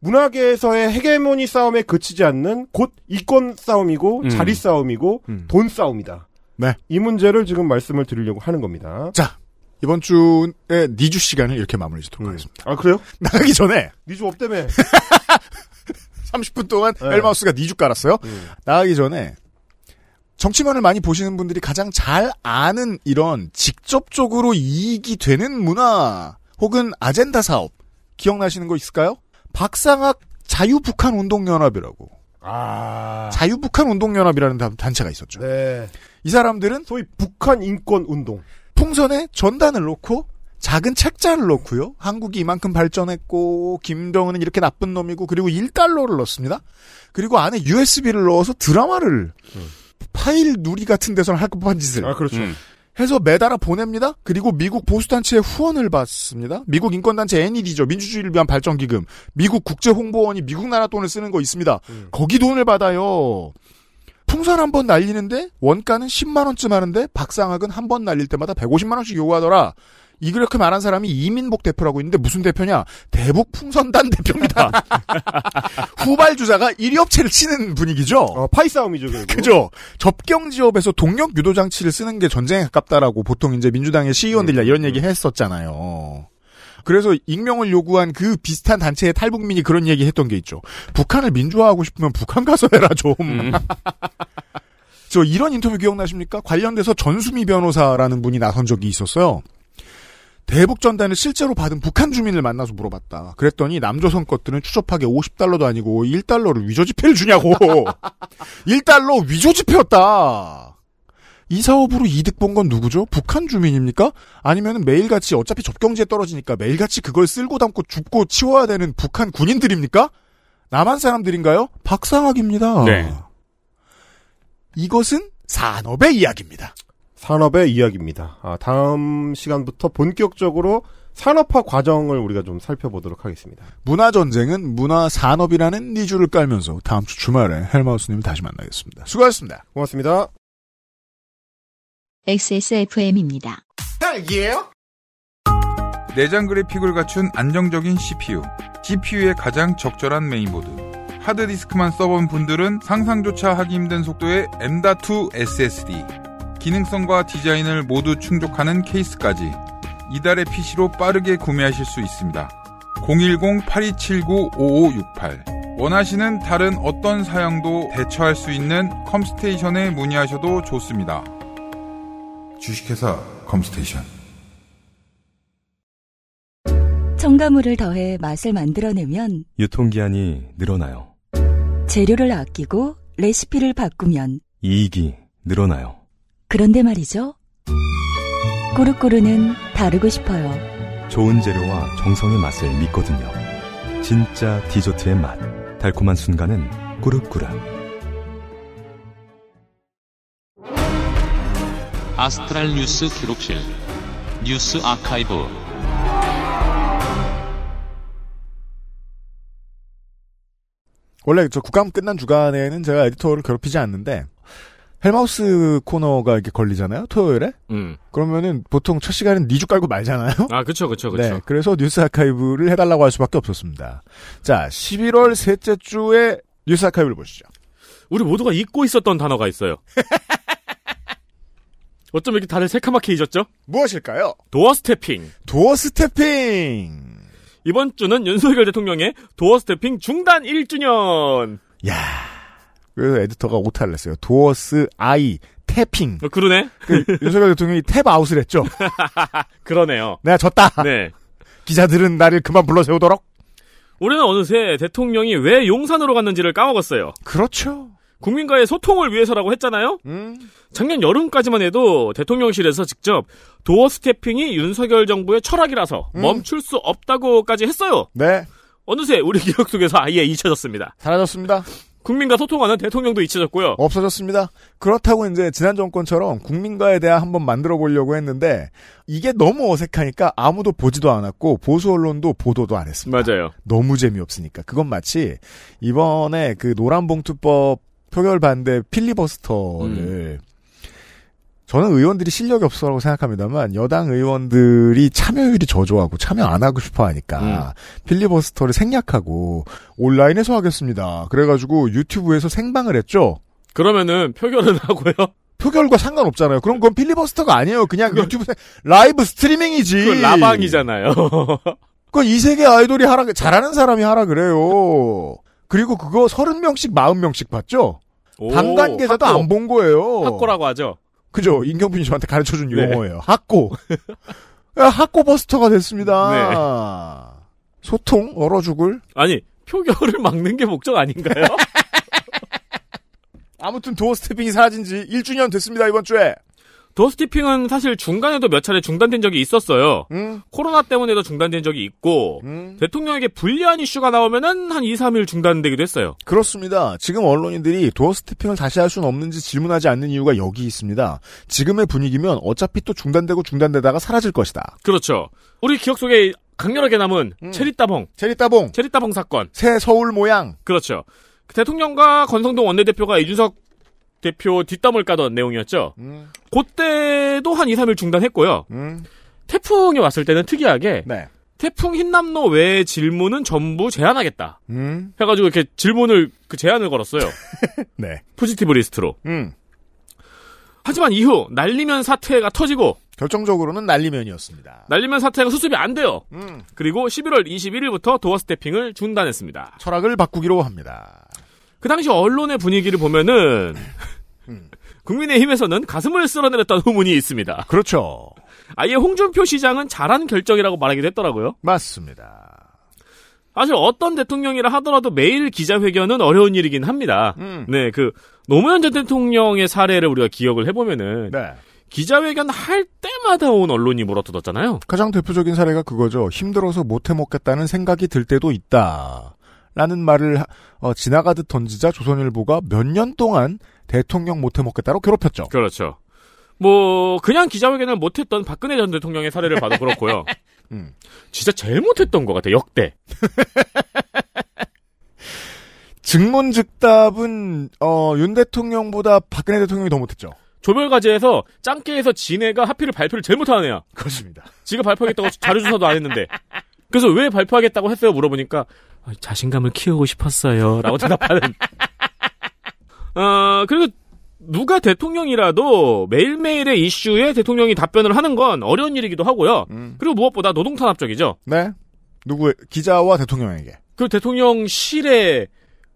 [SPEAKER 10] 문화계에서의 헤게모니 싸움에 그치지 않는 곧 이권 싸움이고
[SPEAKER 3] 음.
[SPEAKER 10] 자리 싸움이고 돈 싸움이다.
[SPEAKER 3] 네.
[SPEAKER 10] 이 문제를 지금 말씀을 드리려고 하는 겁니다.
[SPEAKER 3] 자, 이번 주에 니주 시간을 이렇게 마무리 짓도록 하겠습니다.
[SPEAKER 10] 아, 그래요?
[SPEAKER 3] 나가기 전에
[SPEAKER 10] 니주 업때문
[SPEAKER 3] 30분 동안
[SPEAKER 10] 네.
[SPEAKER 3] 엘마우스가 니주 깔았어요.
[SPEAKER 10] 음.
[SPEAKER 3] 나가기 전에 정치면을 많이 보시는 분들이 가장 잘 아는 이런 직접적으로 이익이 되는 문화 혹은 아젠다 사업 기억나시는 거 있을까요? 박상학 자유북한 운동연합이라고. 자유북한 운동연합이라는 단- 단체가 있었죠.
[SPEAKER 10] 아, 네.
[SPEAKER 3] 이 사람들은
[SPEAKER 10] 소위 북한 인권 운동.
[SPEAKER 3] 풍선에 전단을 놓고 작은 책자를 넣고요. 한국이 이만큼 발전했고 김정은은 이렇게 나쁜 놈이고 그리고 1달러를 넣습니다. 그리고 안에 USB를 넣어서 드라마를 파일 누리 같은 음. 데서는 할 법한 짓을
[SPEAKER 10] 아, 그렇죠.
[SPEAKER 3] 해서 매달아 보냅니다. 그리고 미국 보수단체의 후원을 받습니다. 미국 인권단체 NED죠. 민주주의를 위한 발전기금. 미국 국제홍보원이 미국 나라 돈을 쓰는 거 있습니다. 거기 돈을 받아요. 풍선 한 번 날리는데 원가는 10만 원쯤 하는데 박상학은 한 번 날릴 때마다 150만 원씩 요구하더라. 이 그렇게 말한 사람이 이민복 대표라고 있는데 무슨 대표냐? 대북 풍선단 대표입니다. 후발 주자가 1위 업체를 치는 분위기죠.
[SPEAKER 10] 어, 파이 싸움이죠, 결국.
[SPEAKER 3] 그죠. 접경 지역에서 동력 유도 장치를 쓰는 게 전쟁에 가깝다라고 보통 이제 민주당의 시의원들이나 이런 얘기 했었잖아요. 그래서 익명을 요구한 그 비슷한 단체의 탈북민이 그런 얘기 했던 게 있죠. 북한을 민주화하고 싶으면 북한 가서 해라 좀. 저 이런 인터뷰 기억나십니까? 관련돼서 전수미 변호사라는 분이 나선 적이 있었어요. 대북 전단을 실제로 받은 북한 주민을 만나서 물어봤다. 그랬더니 남조선 것들은 추접하게 50달러도 아니고 1달러를 위조 지폐를 주냐고. 1달러 위조 지폐였다. 이 사업으로 이득 본 건 누구죠? 북한 주민입니까? 아니면 매일같이 어차피 접경지에 떨어지니까 매일같이 그걸 쓸고 담고 줍고 치워야 되는 북한 군인들입니까? 남한 사람들인가요? 박상학입니다.
[SPEAKER 10] 네.
[SPEAKER 3] 이것은 산업의 이야기입니다.
[SPEAKER 10] 산업의 이야기입니다. 아, 다음 시간부터 본격적으로 산업화 과정을 우리가 좀 살펴보도록 하겠습니다.
[SPEAKER 3] 문화 전쟁은 문화 산업이라는 니주를 깔면서 다음 주 주말에 헬마우스님을 다시 만나겠습니다. 수고하셨습니다.
[SPEAKER 10] 고맙습니다.
[SPEAKER 17] XSFM입니다.
[SPEAKER 2] 헬기예요?
[SPEAKER 7] 내장 그래픽을 갖춘 안정적인 CPU, CPU의 가장 적절한 메인보드. 하드디스크만 써본 분들은 상상조차 하기 힘든 속도의 M.2 SSD. 기능성과 디자인을 모두 충족하는 케이스까지 이달의 PC로 빠르게 구매하실 수 있습니다. 010-8279-5568. 원하시는 다른 어떤 사양도 대처할 수 있는 컴스테이션에 문의하셔도 좋습니다.
[SPEAKER 18] 주식회사 컴스테이션
[SPEAKER 19] 첨가물을 더해 맛을 만들어내면
[SPEAKER 14] 유통기한이 늘어나요.
[SPEAKER 19] 재료를 아끼고 레시피를 바꾸면
[SPEAKER 14] 이익이 늘어나요.
[SPEAKER 19] 그런데 말이죠. 꼬르꼬르는 다르고 싶어요.
[SPEAKER 14] 좋은 재료와 정성의 맛을 믿거든요. 진짜 디저트의 맛. 달콤한 순간은 꾸룩꾸룩.
[SPEAKER 20] 아스트랄 뉴스 기록실 뉴스 아카이브
[SPEAKER 3] 원래 저 국감 끝난 주간에는 제가 에디터를 괴롭히지 않는데 헬마우스 코너가 이렇게 걸리잖아요. 토요일에.
[SPEAKER 4] 음.
[SPEAKER 3] 그러면은 보통 첫 시간은 니주 깔고 말잖아요.
[SPEAKER 4] 아, 그쵸, 그쵸, 그쵸.
[SPEAKER 3] 네, 그래서 뉴스 아카이브를 해달라고 할 수밖에 없었습니다. 자, 11월 셋째 주에 뉴스 아카이브를 보시죠.
[SPEAKER 4] 우리 모두가 잊고 있었던 단어가 있어요. 어쩜 이렇게 다들 새카맣게 잊었죠?
[SPEAKER 3] 무엇일까요?
[SPEAKER 4] 도어 스태핑.
[SPEAKER 3] 도어 스태핑.
[SPEAKER 4] 이번 주는 윤석열 대통령의 도어 스태핑 중단 1주년. 어,
[SPEAKER 3] 그래서 에디터가 오타를 냈어요. 도어스 아이 태핑.
[SPEAKER 4] 어, 그러네.
[SPEAKER 3] 그 윤석열 대통령이 탭 아웃을 했죠.
[SPEAKER 4] 그러네요.
[SPEAKER 3] 내가 졌다.
[SPEAKER 4] 네.
[SPEAKER 3] 기자들은 나를 그만 불러 세우도록.
[SPEAKER 4] 우리는 어느새 대통령이 왜 용산으로 갔는지를 까먹었어요.
[SPEAKER 3] 그렇죠.
[SPEAKER 4] 국민과의 소통을 위해서라고 했잖아요? 작년 여름까지만 해도 대통령실에서 직접 도어 스태핑이 윤석열 정부의 철학이라서 멈출 수 없다고까지 했어요.
[SPEAKER 3] 네.
[SPEAKER 4] 어느새 우리 기억 속에서 아예 잊혀졌습니다.
[SPEAKER 3] 사라졌습니다.
[SPEAKER 4] 국민과 소통하는 대통령도 잊혀졌고요.
[SPEAKER 3] 없어졌습니다. 그렇다고 이제 지난 정권처럼 국민과에 대해 한번 만들어 보려고 했는데 이게 너무 어색하니까 아무도 보지도 않았고 보수 언론도 보도도 안 했습니다.
[SPEAKER 4] 맞아요.
[SPEAKER 3] 너무 재미없으니까. 그건 마치 이번에 그 노란봉투법 표결 반대 필리버스터를 저는 의원들이 실력이 없어라고 생각합니다만 여당 의원들이 참여율이 저조하고 참여 안 하고 싶어 하니까 필리버스터를 생략하고 온라인에서 하겠습니다. 그래가지고 유튜브에서 생방을 했죠.
[SPEAKER 4] 그러면은 표결은 하고요.
[SPEAKER 3] 표결과 상관없잖아요. 그럼 그건 필리버스터가 아니에요. 그냥 유튜브 생- 라이브 스트리밍이지.
[SPEAKER 4] 그건 라방이잖아요.
[SPEAKER 3] 그건 이 세계 아이돌이 하라 잘하는 사람이 하라 그래요. 그리고 그거 30명씩 40명씩 봤죠.
[SPEAKER 4] 오,
[SPEAKER 3] 방관계좌도
[SPEAKER 4] 학고.
[SPEAKER 3] 안 본 거예요.
[SPEAKER 4] 학고라고 하죠.
[SPEAKER 3] 그죠? 임경빈이 저한테 가르쳐준
[SPEAKER 4] 네.
[SPEAKER 3] 용어예요. 학고. 야, 학고 버스터가 됐습니다. 소통 얼어 죽을.
[SPEAKER 4] 아니 표결을 막는 게 목적 아닌가요?
[SPEAKER 3] 아무튼 도어 스태핑이 사라진 지 1주년 됐습니다, 이번 주에.
[SPEAKER 4] 도스티핑은 사실 중간에도 몇 차례 중단된 적이 있었어요. 코로나 때문에도 중단된 적이 있고 대통령에게 불리한 이슈가 나오면은 한 2, 3일 중단되기도 했어요.
[SPEAKER 3] 그렇습니다. 지금 언론인들이 도어 스태핑을 다시 할 수는 없는지 질문하지 않는 이유가 여기 있습니다. 지금의 분위기면 어차피 또 중단되고 중단되다가 사라질 것이다.
[SPEAKER 4] 그렇죠. 음. 우리 기억 속에 강렬하게 남은 체리따봉.
[SPEAKER 3] 체리따봉.
[SPEAKER 4] 체리따봉 사건.
[SPEAKER 3] 새 서울 모양.
[SPEAKER 4] 그렇죠. 그 대통령과 권성동 원내대표가 이준석 대표 뒷담을 까던 내용이었죠. 그때도 한 2, 3일 중단했고요. 태풍이 왔을 때는 특이하게
[SPEAKER 3] 네.
[SPEAKER 4] 태풍 흰남노 외의 질문은 전부 제한하겠다.
[SPEAKER 3] 음.
[SPEAKER 4] 해가지고 이렇게 질문을 그 제한을 걸었어요.
[SPEAKER 3] 네.
[SPEAKER 4] 포지티브 리스트로.
[SPEAKER 3] 음.
[SPEAKER 4] 하지만 이후 날리면 사태가 터지고
[SPEAKER 3] 결정적으로는 날리면이었습니다.
[SPEAKER 4] 날리면 사태가 수습이 안 돼요.
[SPEAKER 3] 음.
[SPEAKER 4] 그리고 11월 21일부터 도어 스태핑을 중단했습니다.
[SPEAKER 3] 철학을 바꾸기로 합니다.
[SPEAKER 4] 그 당시 언론의 분위기를 보면은
[SPEAKER 3] 음.
[SPEAKER 4] 국민의힘에서는 가슴을 쓸어내렸다는 후문이 있습니다.
[SPEAKER 3] 그렇죠.
[SPEAKER 4] 아예 홍준표 시장은 잘한 결정이라고 말하기도 했더라고요.
[SPEAKER 3] 맞습니다.
[SPEAKER 4] 사실 어떤 대통령이라 하더라도 매일 기자회견은 어려운 일이긴 합니다. 네, 그 노무현 전 대통령의 사례를 우리가 기억을 해보면은
[SPEAKER 3] 네.
[SPEAKER 4] 기자회견 할 때마다 온 언론이 물어뜯었잖아요.
[SPEAKER 3] 가장 대표적인 사례가 그거죠. 힘들어서 못해 먹겠다는 생각이 들 때도 있다. 라는 말을 하- 어, 지나가듯 던지자 조선일보가 몇 년 동안 대통령 못해 먹겠다로 괴롭혔죠.
[SPEAKER 4] 그렇죠. 뭐 그냥 기자회견을 못했던 박근혜 전 대통령의 사례를 봐도 그렇고요. 음. 진짜 제일 못했던 것 같아 요 역대.
[SPEAKER 3] 증문즉답은 어, 윤 대통령보다 박근혜 대통령이 더 못했죠.
[SPEAKER 4] 조별과제에서 짱깨에서 진해가 하필을 발표를 제일 못하는 애야.
[SPEAKER 3] 그렇습니다.
[SPEAKER 4] 지가 발표하겠다고 자료조사도 안 했는데. 그래서 왜 발표하겠다고 했어요? 물어보니까 아, 자신감을 키우고 싶었어요. 라고 대답하는. 어, 그리고 누가 대통령이라도 매일매일의 이슈에 대통령이 답변을 하는 건 어려운 일이기도 하고요.
[SPEAKER 3] 음.
[SPEAKER 4] 그리고 무엇보다 노동탄압적이죠.
[SPEAKER 3] 네. 누구 기자와 대통령에게.
[SPEAKER 4] 그 대통령실의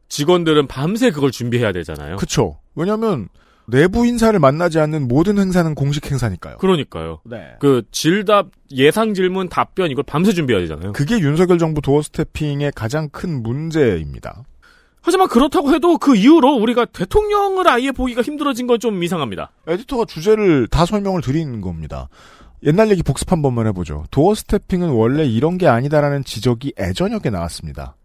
[SPEAKER 4] 직원들은 밤새 그걸 준비해야 되잖아요.
[SPEAKER 3] 그쵸. 왜냐면 내부 인사를 만나지 않는 모든 행사는 공식 행사니까요.
[SPEAKER 4] 그러니까요.
[SPEAKER 3] 네.
[SPEAKER 4] 그 질답 예상 질문 답변 이걸 밤새 준비해야 되잖아요.
[SPEAKER 3] 그게 윤석열 정부 도어 스태핑의 가장 큰 문제입니다.
[SPEAKER 4] 하지만 그렇다고 해도 그 이후로 우리가 대통령을 아예 보기가 힘들어진 건 좀 이상합니다.
[SPEAKER 3] 에디터가 주제를 다 설명을 드린 겁니다. 옛날 얘기 복습 한 번만 해보죠. 도어 스태핑은 원래 이런 게 아니다라는 지적이 애저녁에 나왔습니다.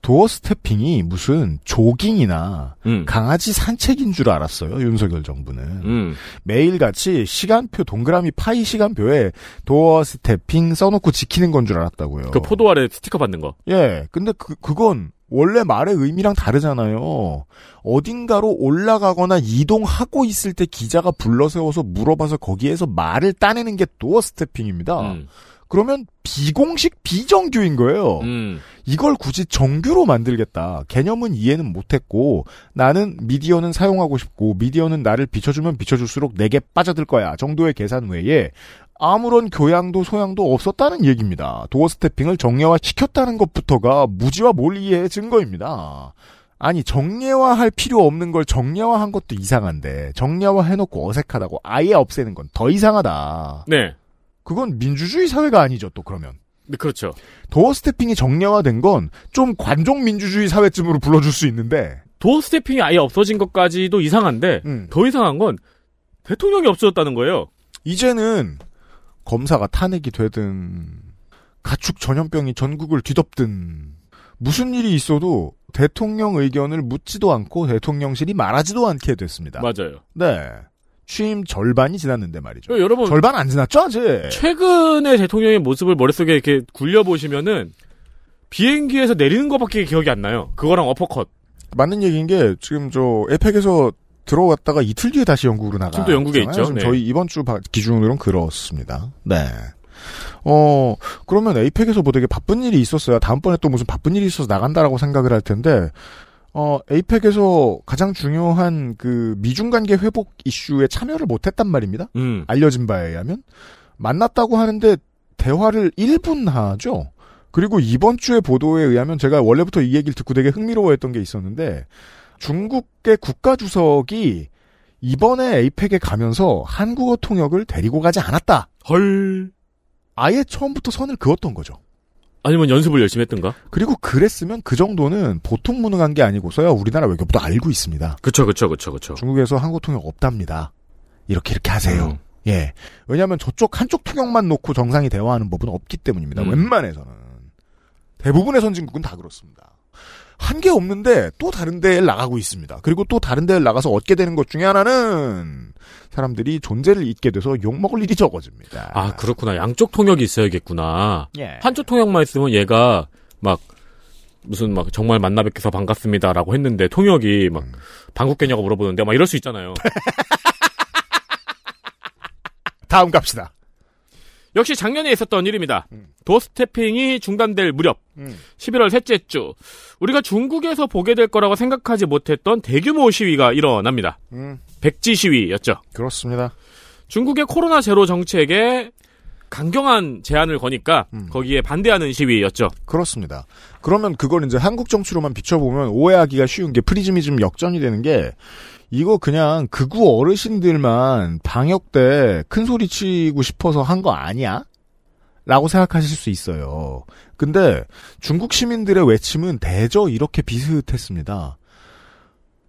[SPEAKER 3] 도어 스태핑이 무슨 조깅이나 강아지 산책인 줄 알았어요, 윤석열 정부는.
[SPEAKER 4] 음.
[SPEAKER 3] 매일같이 시간표, 동그라미 파이 시간표에 도어 스태핑 써놓고 지키는 건 줄 알았다고요.
[SPEAKER 4] 그 포도 아래 스티커 받는 거.
[SPEAKER 3] 예, 근데 그, 그건 원래 말의 의미랑 다르잖아요. 어딘가로 올라가거나 이동하고 있을 때 기자가 불러세워서 물어봐서 거기에서 말을 따내는 게 도어 스태핑입니다.
[SPEAKER 4] 음.
[SPEAKER 3] 그러면 비공식 비정규인 거예요.
[SPEAKER 4] 음.
[SPEAKER 3] 이걸 굳이 정규로 만들겠다. 개념은 이해는 못했고 나는 미디어는 사용하고 싶고 미디어는 나를 비춰주면 비춰줄수록 내게 빠져들 거야 정도의 계산 외에 아무런 교양도 소양도 없었다는 얘기입니다. 도어 스태핑을 정례화 시켰다는 것부터가 무지와 몰리의 증거입니다. 아니 정례화할 필요 없는 걸 정례화한 것도 이상한데 정례화 해놓고 어색하다고 아예 없애는 건 더 이상하다.
[SPEAKER 4] 네.
[SPEAKER 3] 그건 민주주의 사회가 아니죠 또 그러면.
[SPEAKER 4] 네, 그렇죠.
[SPEAKER 3] 도어 스태핑이 정량화된 건 좀 관종 민주주의 사회쯤으로 불러줄 수 있는데
[SPEAKER 4] 도어 스태핑이 아예 없어진 것까지도 이상한데
[SPEAKER 3] 음.
[SPEAKER 4] 더 이상한 건 대통령이 없어졌다는 거예요.
[SPEAKER 3] 이제는 검사가 탄핵이 되든 가축 전염병이 전국을 뒤덮든 무슨 일이 있어도 대통령 의견을 묻지도 않고 대통령실이 말하지도 않게 됐습니다.
[SPEAKER 4] 맞아요.
[SPEAKER 3] 네. 취임 절반이 지났는데 말이죠.
[SPEAKER 4] 여러분
[SPEAKER 3] 절반 안 지났죠, 아직?
[SPEAKER 4] 음. 최근에 대통령의 모습을 머릿속에 이렇게 굴려보시면은 비행기에서 내리는 것밖에 기억이 안 나요. 그거랑 어퍼컷.
[SPEAKER 3] 맞는 얘기인 게 지금 저 에펙에서 들어왔다가 이틀 뒤에 다시 영국으로 나가.
[SPEAKER 4] 지금도 영국에 있죠.
[SPEAKER 3] 지금
[SPEAKER 4] 네.
[SPEAKER 3] 저희 이번 주 바- 기준으로는 그렇습니다. 네. 어 그러면 에이펙에서 뭐 되게 바쁜 일이 있었어요. 다음번에 또 무슨 바쁜 일이 있어서 나간다라고 생각을 할 텐데 어 에이펙에서 가장 중요한 그 미중 관계 회복 이슈에 참여를 못했단 말입니다. 알려진 바에 의하면 만났다고 하는데 대화를 1분 하죠. 그리고 이번 주의 보도에 의하면 제가 원래부터 이 얘기를 듣고 되게 흥미로워했던 게 있었는데 중국의 국가 주석이 이번에 에이펙에 가면서 한국어 통역을 데리고 가지 않았다.
[SPEAKER 4] 헐.
[SPEAKER 3] 아예 처음부터 선을 그었던 거죠.
[SPEAKER 4] 아니면 연습을 열심히 했던가?
[SPEAKER 3] 그리고 그랬으면 그 정도는 보통 무능한 게 아니고서야 우리나라 외교부도 알고 있습니다.
[SPEAKER 4] 그쵸, 그쵸, 그쵸, 그쵸.
[SPEAKER 3] 중국에서 한국 통역 없답니다. 이렇게 이렇게 하세요.
[SPEAKER 4] 음.
[SPEAKER 3] 예. 왜냐하면 저쪽 한쪽 통역만 놓고 정상이 대화하는 법은 없기 때문입니다.
[SPEAKER 14] 음.
[SPEAKER 3] 웬만해서는 대부분의 선진국은 다 그렇습니다. 한 게 없는데 또 다른 데에 나가고 있습니다. 그리고 또 다른 데에 나가서 얻게 되는 것 중에 하나는 사람들이 존재를 잊게 돼서 욕 먹을 일이 적어집니다.
[SPEAKER 4] 아, 그렇구나. 양쪽 통역이 있어야겠구나.
[SPEAKER 3] 예.
[SPEAKER 4] 한쪽 통역만 있으면 얘가 막 무슨 막 정말 만나 뵙게서 반갑습니다라고 했는데 통역이 막 방국계냐고 물어보는데 막 이럴 수 있잖아요.
[SPEAKER 3] 다음 갑시다.
[SPEAKER 4] 역시 작년에 있었던 일입니다. 도스태핑이 중단될 무렵 11월 셋째 주 우리가 중국에서 보게 될 거라고 생각하지 못했던 대규모 시위가 일어납니다.
[SPEAKER 3] 음.
[SPEAKER 4] 백지 시위였죠.
[SPEAKER 3] 그렇습니다.
[SPEAKER 4] 중국의 코로나 제로 정책에 강경한 제안을 거니까 거기에 반대하는 시위였죠.
[SPEAKER 3] 그렇습니다. 그러면 그걸 이제 한국 정치로만 비춰보면 오해하기가 쉬운 게 프리즘이즘 역전이 되는 게 이거 그냥 극우 어르신들만 방역 때 큰 소리 치고 싶어서 한 거 아니야? 라고 생각하실 수 있어요. 근데 중국 시민들의 외침은 대저 이렇게 비슷했습니다.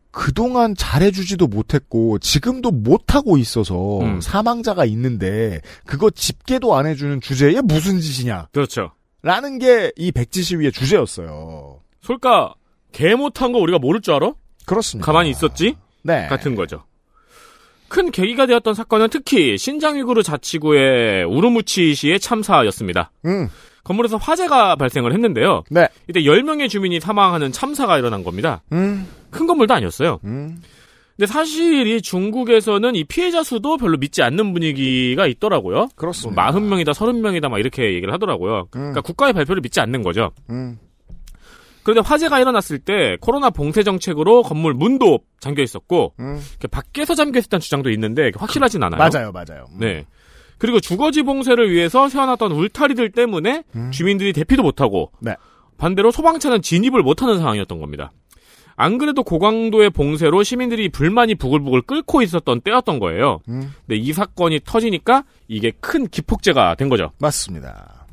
[SPEAKER 3] 그동안 잘해주지도 못했고 지금도 못하고 있어서
[SPEAKER 4] 음.
[SPEAKER 3] 사망자가 있는데 그거 집계도 안 해주는 주제에 무슨 짓이냐?
[SPEAKER 4] 그렇죠.
[SPEAKER 3] 라는 게 이 백지 시위의 주제였어요.
[SPEAKER 4] 솔까 개 못한 거 우리가 모를 줄 알아?
[SPEAKER 3] 그렇습니다.
[SPEAKER 4] 가만히 있었지?
[SPEAKER 3] 네.
[SPEAKER 4] 같은 거죠. 큰 계기가 되었던 사건은 특히 신장위구르 자치구의 우르무치시의 참사였습니다.
[SPEAKER 3] 음.
[SPEAKER 4] 건물에서 화재가 발생을 했는데요.
[SPEAKER 3] 네.
[SPEAKER 4] 이때 10명의 주민이 사망하는 참사가 일어난 겁니다.
[SPEAKER 3] 음.
[SPEAKER 4] 큰 건물도 아니었어요.
[SPEAKER 3] 음.
[SPEAKER 4] 근데 사실 이 중국에서는 이 피해자 수도 별로 믿지 않는 분위기가 있더라고요.
[SPEAKER 3] 그렇습니다.
[SPEAKER 4] 뭐 40명이다, 30명이다 막 이렇게 얘기를 하더라고요. 그러니까 국가의 발표를 믿지 않는 거죠.
[SPEAKER 3] 음.
[SPEAKER 4] 그런데 화재가 일어났을 때 코로나 봉쇄 정책으로 건물 문도 잠겨 있었고 이렇게 밖에서 잠겨 있었다는 주장도 있는데 이게 확실하진 않아요.
[SPEAKER 3] 음. 맞아요, 맞아요. 음.
[SPEAKER 4] 네. 그리고 주거지 봉쇄를 위해서 세워놨던 울타리들 때문에 주민들이 대피도 못하고 반대로 소방차는 진입을 못하는 상황이었던 겁니다. 안 그래도 고강도의 봉쇄로 시민들이 불만이 부글부글 끓고 있었던 때였던 거예요. 근데 이 사건이 터지니까 이게 큰 기폭제가 된 거죠.
[SPEAKER 3] 맞습니다.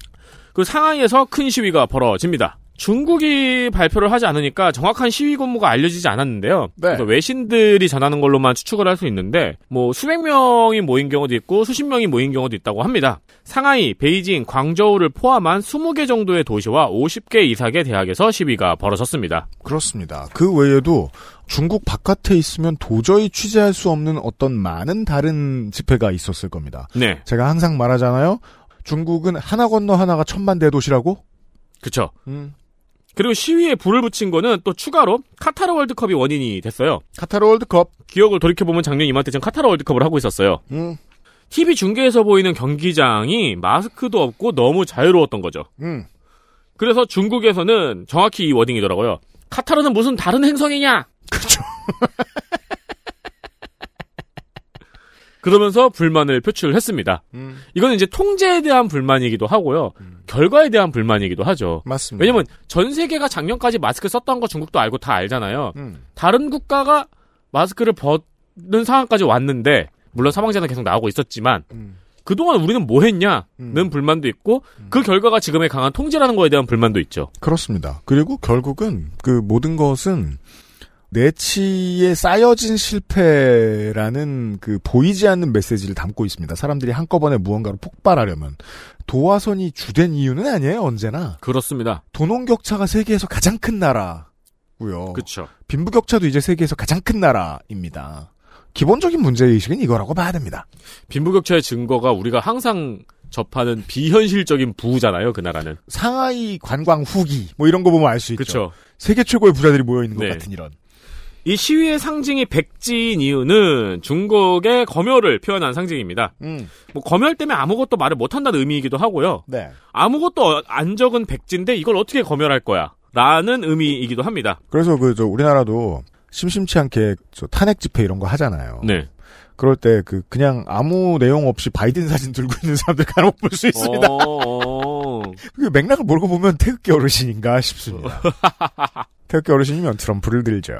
[SPEAKER 4] 그 상하이에서 큰 시위가 벌어집니다. 중국이 발표를 하지 않으니까 정확한 시위 건무가 알려지지 않았는데요. 그래서 외신들이 전하는 걸로만 추측을 할 수 있는데 뭐 수백 명이 모인 경우도 있고 수십 명이 모인 경우도 있다고 합니다. 상하이, 베이징, 광저우를 포함한 20개 정도의 도시와 50개 이상의 대학에서 시위가 벌어졌습니다.
[SPEAKER 3] 그렇습니다. 그 외에도 중국 바깥에 있으면 도저히 취재할 수 없는 어떤 많은 다른 집회가 있었을 겁니다.
[SPEAKER 4] 네.
[SPEAKER 3] 제가 항상 말하잖아요. 중국은 하나 건너 하나가 천만 대도시라고?
[SPEAKER 4] 그쵸. 그리고 시위에 불을 붙인 거는 또 추가로 카타르 월드컵이 원인이 됐어요.
[SPEAKER 3] 카타르 월드컵.
[SPEAKER 4] 기억을 돌이켜보면 작년 이맘때쯤 카타르 월드컵을 하고 있었어요.
[SPEAKER 3] 음.
[SPEAKER 4] TV 중계에서 보이는 경기장이 마스크도 없고 너무 자유로웠던 거죠.
[SPEAKER 3] 음.
[SPEAKER 4] 그래서 중국에서는 정확히 이 워딩이더라고요. 카타르는 무슨 다른 행성이냐?
[SPEAKER 3] 그렇죠.
[SPEAKER 4] 그러면서 불만을 표출했습니다.
[SPEAKER 3] 음.
[SPEAKER 4] 이건 이제 통제에 대한 불만이기도 하고요. 결과에 대한 불만이기도 하죠.
[SPEAKER 3] 맞습니다.
[SPEAKER 4] 왜냐면 전 세계가 작년까지 마스크 썼던 거 중국도 알고 다 알잖아요.
[SPEAKER 3] 음,
[SPEAKER 4] 다른 국가가 마스크를 벗는 상황까지 왔는데 물론 사망자는 계속 나오고 있었지만
[SPEAKER 3] 음,
[SPEAKER 4] 그동안 우리는 뭐 했냐는 불만도 있고 그 결과가 지금의 강한 통제라는 거에 대한 불만도 있죠.
[SPEAKER 3] 그렇습니다. 그리고 결국은 그 모든 것은 내치에 쌓여진 실패라는 그 보이지 않는 메시지를 담고 있습니다. 사람들이 한꺼번에 무언가로 폭발하려면 도화선이 주된 이유는 아니에요 언제나.
[SPEAKER 4] 그렇습니다.
[SPEAKER 3] 도농 격차가 세계에서 가장 큰 나라고요.
[SPEAKER 4] 그렇죠.
[SPEAKER 3] 빈부 격차도 이제 세계에서 가장 큰 나라입니다. 기본적인 문제 의식은 이거라고 봐야 됩니다.
[SPEAKER 4] 빈부격차의 증거가 우리가 항상 접하는 비현실적인 부잖아요. 그 나라는.
[SPEAKER 3] 상하이 관광 후기 뭐 이런 거 보면 알 수 있죠.
[SPEAKER 4] 그렇죠.
[SPEAKER 3] 세계 최고의 부자들이 모여
[SPEAKER 4] 네.
[SPEAKER 3] 있는 것 같은 이런.
[SPEAKER 4] 이 시위의 상징이 백지인 이유는 중국의 검열을 표현한 상징입니다.
[SPEAKER 3] 음.
[SPEAKER 4] 뭐 검열 때문에 아무것도 말을 못한다는 의미이기도 하고요.
[SPEAKER 3] 네.
[SPEAKER 4] 아무것도 안 적은 백지인데 이걸 어떻게 검열할 거야? 라는 의미이기도 합니다.
[SPEAKER 3] 그래서 그 저 우리나라도 심심치 않게 저 탄핵 집회 이런 거 하잖아요.
[SPEAKER 4] 네.
[SPEAKER 3] 그럴 때 그 그냥 아무 내용 없이 바이든 사진 들고 있는 사람들 간혹 볼 수 있습니다.
[SPEAKER 4] 어, 어.
[SPEAKER 3] 그 맥락을 모르고 보면 태극기 어르신인가 싶습니다. 태극기 어르신이면 트럼프를 들죠.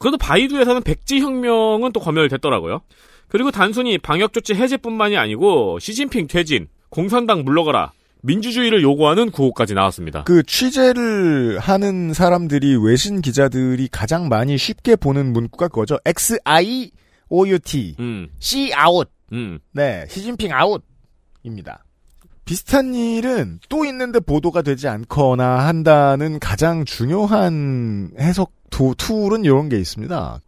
[SPEAKER 4] 그래도 바이두에서는 백지 혁명은 또 검열됐더라고요. 그리고 단순히 방역 조치 해제뿐만이 아니고 시진핑 퇴진, 공산당 물러가라, 민주주의를 요구하는 구호까지 나왔습니다.
[SPEAKER 3] 그 취재를 하는 사람들이 외신 기자들이 가장 많이 쉽게 보는 문구가 그거죠. X I O U T
[SPEAKER 4] 음.
[SPEAKER 3] C 아웃.
[SPEAKER 4] 음.
[SPEAKER 3] 네, 시진핑 아웃입니다. 비슷한 일은 또 있는데 보도가 되지 않거나 한다는 가장 중요한 해석 도, 툴은 이런 게 있습니다.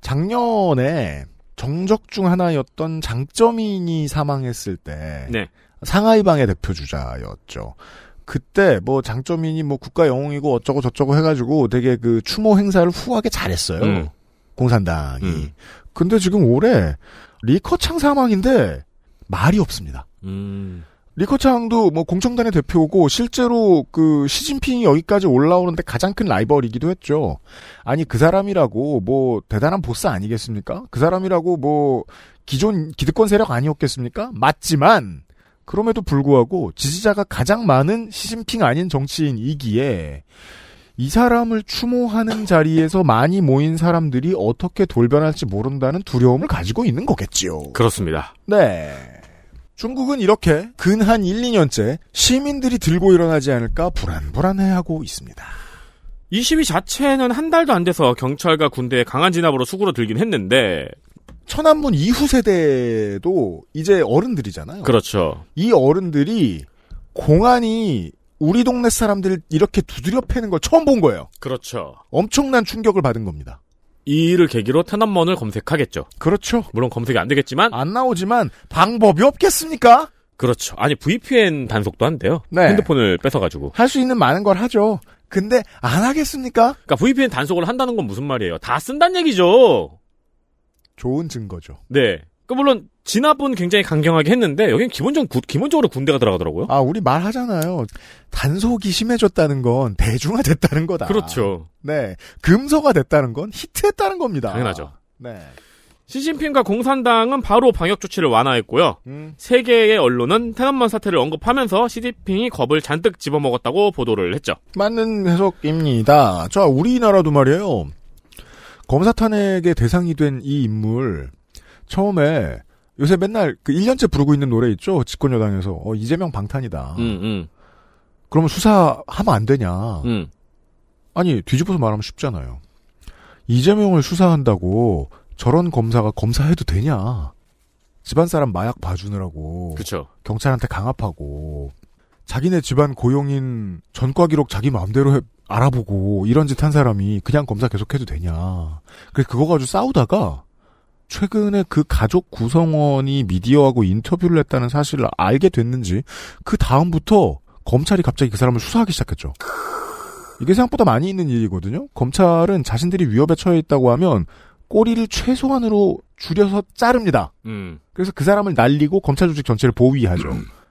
[SPEAKER 3] 작년에 정적 중 하나였던 장점인이 사망했을 때
[SPEAKER 4] 네.
[SPEAKER 3] 상하이방의 대표 주자였죠. 그때 뭐 장점인이 뭐 국가 영웅이고 어쩌고 저쩌고 해가지고 되게 그 추모 행사를 후하게 잘했어요.
[SPEAKER 4] 음.
[SPEAKER 3] 공산당이. 근데 지금 올해 리커창 사망인데 말이 없습니다.
[SPEAKER 4] 음.
[SPEAKER 3] 리커창도 뭐 공청단의 대표고 실제로 그 시진핑이 여기까지 올라오는데 가장 큰 라이벌이기도 했죠. 아니 그 사람이라고 뭐 대단한 보스 아니겠습니까? 그 사람이라고 뭐 기존 기득권 세력 아니었겠습니까? 맞지만 그럼에도 불구하고 지지자가 가장 많은 시진핑 아닌 정치인이기에 이 사람을 추모하는 자리에서 많이 모인 사람들이 어떻게 돌변할지 모른다는 두려움을 가지고 있는 거겠지요.
[SPEAKER 4] 그렇습니다.
[SPEAKER 3] 네. 중국은 이렇게 근 한 1, 2년째 시민들이 들고 일어나지 않을까 불안불안해하고 있습니다.
[SPEAKER 4] 이 시위 자체는 한 달도 안 돼서 경찰과 군대의 강한 진압으로 수구로 들긴 했는데
[SPEAKER 3] 천안문 이후 세대도 이제 어른들이잖아요.
[SPEAKER 4] 그렇죠.
[SPEAKER 3] 이 어른들이 공안이 우리 동네 사람들을 이렇게 두드려 패는 걸 처음 본 거예요.
[SPEAKER 4] 그렇죠.
[SPEAKER 3] 엄청난 충격을 받은 겁니다.
[SPEAKER 4] 이 일을 계기로 탄압먼을 검색하겠죠.
[SPEAKER 3] 그렇죠.
[SPEAKER 4] 물론 검색이 안 되겠지만
[SPEAKER 3] 안 나오지만 방법이 없겠습니까?
[SPEAKER 4] 그렇죠. 아니 VPN 단속도 한대요.
[SPEAKER 3] 네.
[SPEAKER 4] 핸드폰을 뺏어가지고.
[SPEAKER 3] 할 수 있는 많은 걸 하죠. 근데 안 하겠습니까?
[SPEAKER 4] 그러니까 VPN 단속을 한다는 건 무슨 말이에요? 다 쓴다는 얘기죠.
[SPEAKER 3] 좋은 증거죠.
[SPEAKER 4] 네. 그 물론 진압은 굉장히 강경하게 했는데 여긴 기본적 구- 기본적으로 군대가 들어가더라고요.
[SPEAKER 3] 아, 우리 말하잖아요. 단속이 심해졌다는 건 대중화됐다는 거다.
[SPEAKER 4] 그렇죠.
[SPEAKER 3] 네. 금서가 됐다는 건 히트했다는 겁니다.
[SPEAKER 4] 당연하죠.
[SPEAKER 3] 네.
[SPEAKER 4] 시진핑과 공산당은 바로 방역 조치를 완화했고요.
[SPEAKER 3] 음.
[SPEAKER 4] 세계의 언론은 태난먼 사태를 언급하면서 시진핑이 겁을 잔뜩 집어먹었다고 보도를 했죠.
[SPEAKER 3] 맞는 해석입니다. 자, 우리나라도 말이에요. 검사 탄핵의 대상이 된 이 인물, 처음에, 요새 맨날 그 1년째 부르고 있는 노래 있죠? 집권여당에서. 어, 이재명 방탄이다.
[SPEAKER 4] 음, 음,
[SPEAKER 3] 그러면 수사하면 안 되냐.
[SPEAKER 4] 음.
[SPEAKER 3] 아니, 뒤집어서 말하면 쉽잖아요. 이재명을 수사한다고 저런 검사가 검사해도 되냐. 집안 사람 마약 봐주느라고.
[SPEAKER 4] 그쵸.
[SPEAKER 3] 경찰한테 강압하고 자기네 집안 고용인 전과 기록 자기 마음대로 해- 알아보고 이런 짓 한 사람이 그냥 검사 계속해도 되냐. 그래서 그거 가지고 싸우다가 최근에 그 가족 구성원이 미디어하고 인터뷰를 했다는 사실을 알게 됐는지 그 다음부터 검찰이 갑자기 그 사람을 수사하기 시작했죠. 이게 생각보다 많이 있는 일이거든요. 검찰은 자신들이 위협에 처해 있다고 하면 꼬리를 최소한으로 줄여서 자릅니다.
[SPEAKER 4] 음.
[SPEAKER 3] 그래서 그 사람을 날리고 검찰 조직 전체를 보위하죠.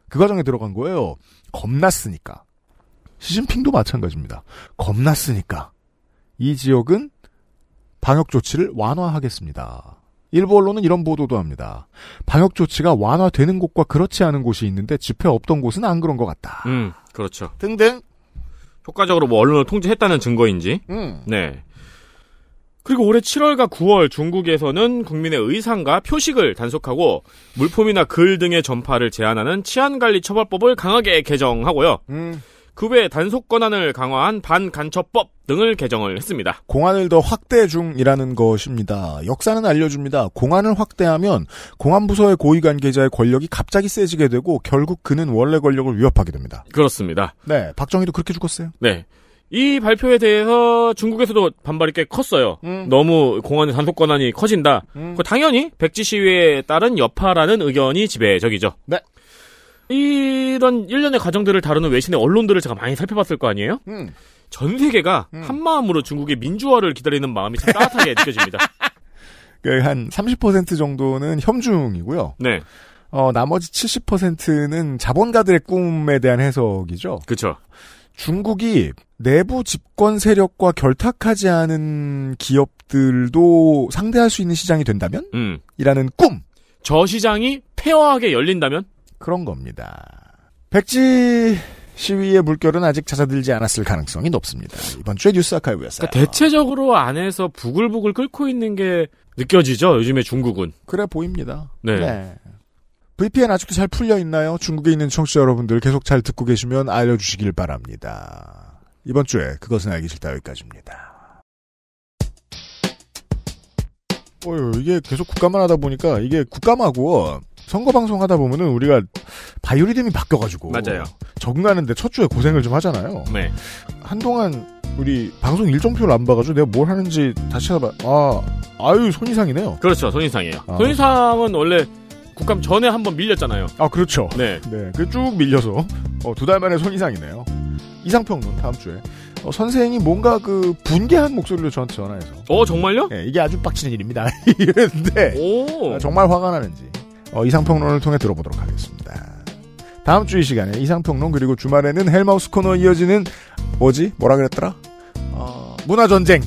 [SPEAKER 3] 그 과정에 들어간 거예요. 겁났으니까. 시진핑도 마찬가지입니다. 겁났으니까. 이 지역은 방역 조치를 완화하겠습니다. 일부 언론은 이런 보도도 합니다. 방역 조치가 완화되는 곳과 그렇지 않은 곳이 있는데 집회 없던 곳은 안 그런 것 같다.
[SPEAKER 4] 음, 그렇죠.
[SPEAKER 3] 등등.
[SPEAKER 4] 효과적으로 뭐 언론을 통제했다는 증거인지.
[SPEAKER 3] 음.
[SPEAKER 4] 네. 그리고 올해 7월과 9월 중국에서는 국민의 의상과 표식을 단속하고 물품이나 글 등의 전파를 제한하는 치안관리처벌법을 강하게 개정하고요. 그 외 단속 권한을 강화한 반간첩법 등을 개정을 했습니다.
[SPEAKER 3] 공안을 더 확대 중이라는 것입니다. 역사는 알려줍니다. 공안을 확대하면 공안부서의 고위 관계자의 권력이 갑자기 세지게 되고 결국 그는 원래 권력을 위협하게 됩니다.
[SPEAKER 4] 그렇습니다.
[SPEAKER 3] 네, 박정희도 그렇게 죽었어요.
[SPEAKER 4] 네. 이 발표에 대해서 중국에서도 반발이 꽤 컸어요. 너무 공안의 단속 권한이 커진다. 그 당연히 백지 시위에 따른 여파라는 의견이 지배적이죠.
[SPEAKER 3] 네.
[SPEAKER 4] 이런 일련의 과정들을 다루는 외신의 언론들을 제가 많이 살펴봤을 거 아니에요? 전 세계가 음. 한마음으로 중국의 민주화를 기다리는 마음이 참 따뜻하게 느껴집니다.
[SPEAKER 3] 한 30% 정도는 혐중이고요.
[SPEAKER 4] 네.
[SPEAKER 3] 어, 나머지 70%는 자본가들의 꿈에 대한 해석이죠.
[SPEAKER 4] 그렇죠.
[SPEAKER 3] 중국이 내부 집권 세력과 결탁하지 않은 기업들도 상대할 수 있는 시장이 된다면?
[SPEAKER 4] 음.
[SPEAKER 3] 이라는 꿈.
[SPEAKER 4] 저 시장이 폐허하게 열린다면?
[SPEAKER 3] 그런 겁니다. 백지 시위의 물결은 아직 잦아들지 않았을 가능성이 높습니다. 이번 주에 뉴스 아카이브였어요.
[SPEAKER 4] 그러니까 대체적으로 안에서 부글부글 끓고 있는 게 느껴지죠. 요즘에 중국은.
[SPEAKER 3] 그래 보입니다.
[SPEAKER 4] 네.
[SPEAKER 3] VPN 아직도 잘 풀려 있나요? 중국에 있는 청취자 여러분들 계속 잘 듣고 계시면 알려주시길 바랍니다. 이번 주에 그것은 알기 싫다 여기까지입니다. 어휴, 이게 계속 국감만 하다 보니까 이게 국감하고 선거 방송 하다 보면은 우리가 바이오리듬이 바뀌어가지고
[SPEAKER 4] 맞아요.
[SPEAKER 3] 적응하는데 첫 주에 고생을 좀 하잖아요.
[SPEAKER 4] 네.
[SPEAKER 3] 한동안 우리 방송 일정표를 안 봐가지고 내가 뭘 하는지 다시 찾아봐. 아, 아유 손 이상이네요.
[SPEAKER 4] 그렇죠. 손인상이에요.
[SPEAKER 3] 아.
[SPEAKER 4] 손인상은 원래 국감 전에 한번 밀렸잖아요.
[SPEAKER 3] 아 그렇죠.
[SPEAKER 4] 네.
[SPEAKER 3] 네. 그 쭉 밀려서 어, 두 달 만에 손 이상이네요. 이상평론 다음 주에 어, 선생이 뭔가 그 분개한 목소리로 저한테 전화해서
[SPEAKER 4] 어 정말요?
[SPEAKER 3] 네, 이게 아주 빡치는 일입니다. 이랬는데
[SPEAKER 4] 오.
[SPEAKER 3] 아, 정말 화가 나는지 어, 이상평론을 통해 들어보도록 하겠습니다. 다음 주 이 시간에 이상평론 그리고 주말에는 헬마우스 코너 이어지는 뭐지 뭐라 그랬더라? 어, 문화 전쟁.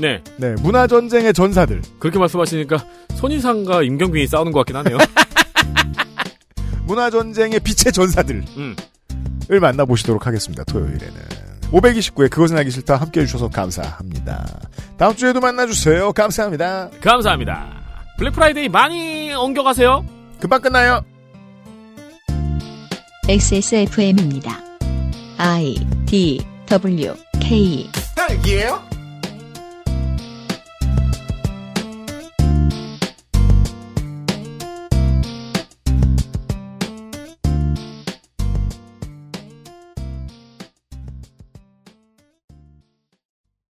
[SPEAKER 4] 네.
[SPEAKER 3] 네, 문화 전쟁의 전사들.
[SPEAKER 4] 그렇게 말씀하시니까 손인상과 임경빈이 싸우는 것 같긴 하네요.
[SPEAKER 3] 문화 전쟁의 빛의 전사들을
[SPEAKER 4] 음.
[SPEAKER 3] 만나보시도록 하겠습니다. 토요일에는 529회 그것은 알기 싫다 함께 해주셔서 감사합니다. 다음 주에도 만나주세요. 감사합니다.
[SPEAKER 4] 감사합니다. 블랙프라이데이 많이 옮겨가세요.
[SPEAKER 3] 금방 끝나요.
[SPEAKER 15] XSFM입니다. I D W K
[SPEAKER 2] 딸기예요?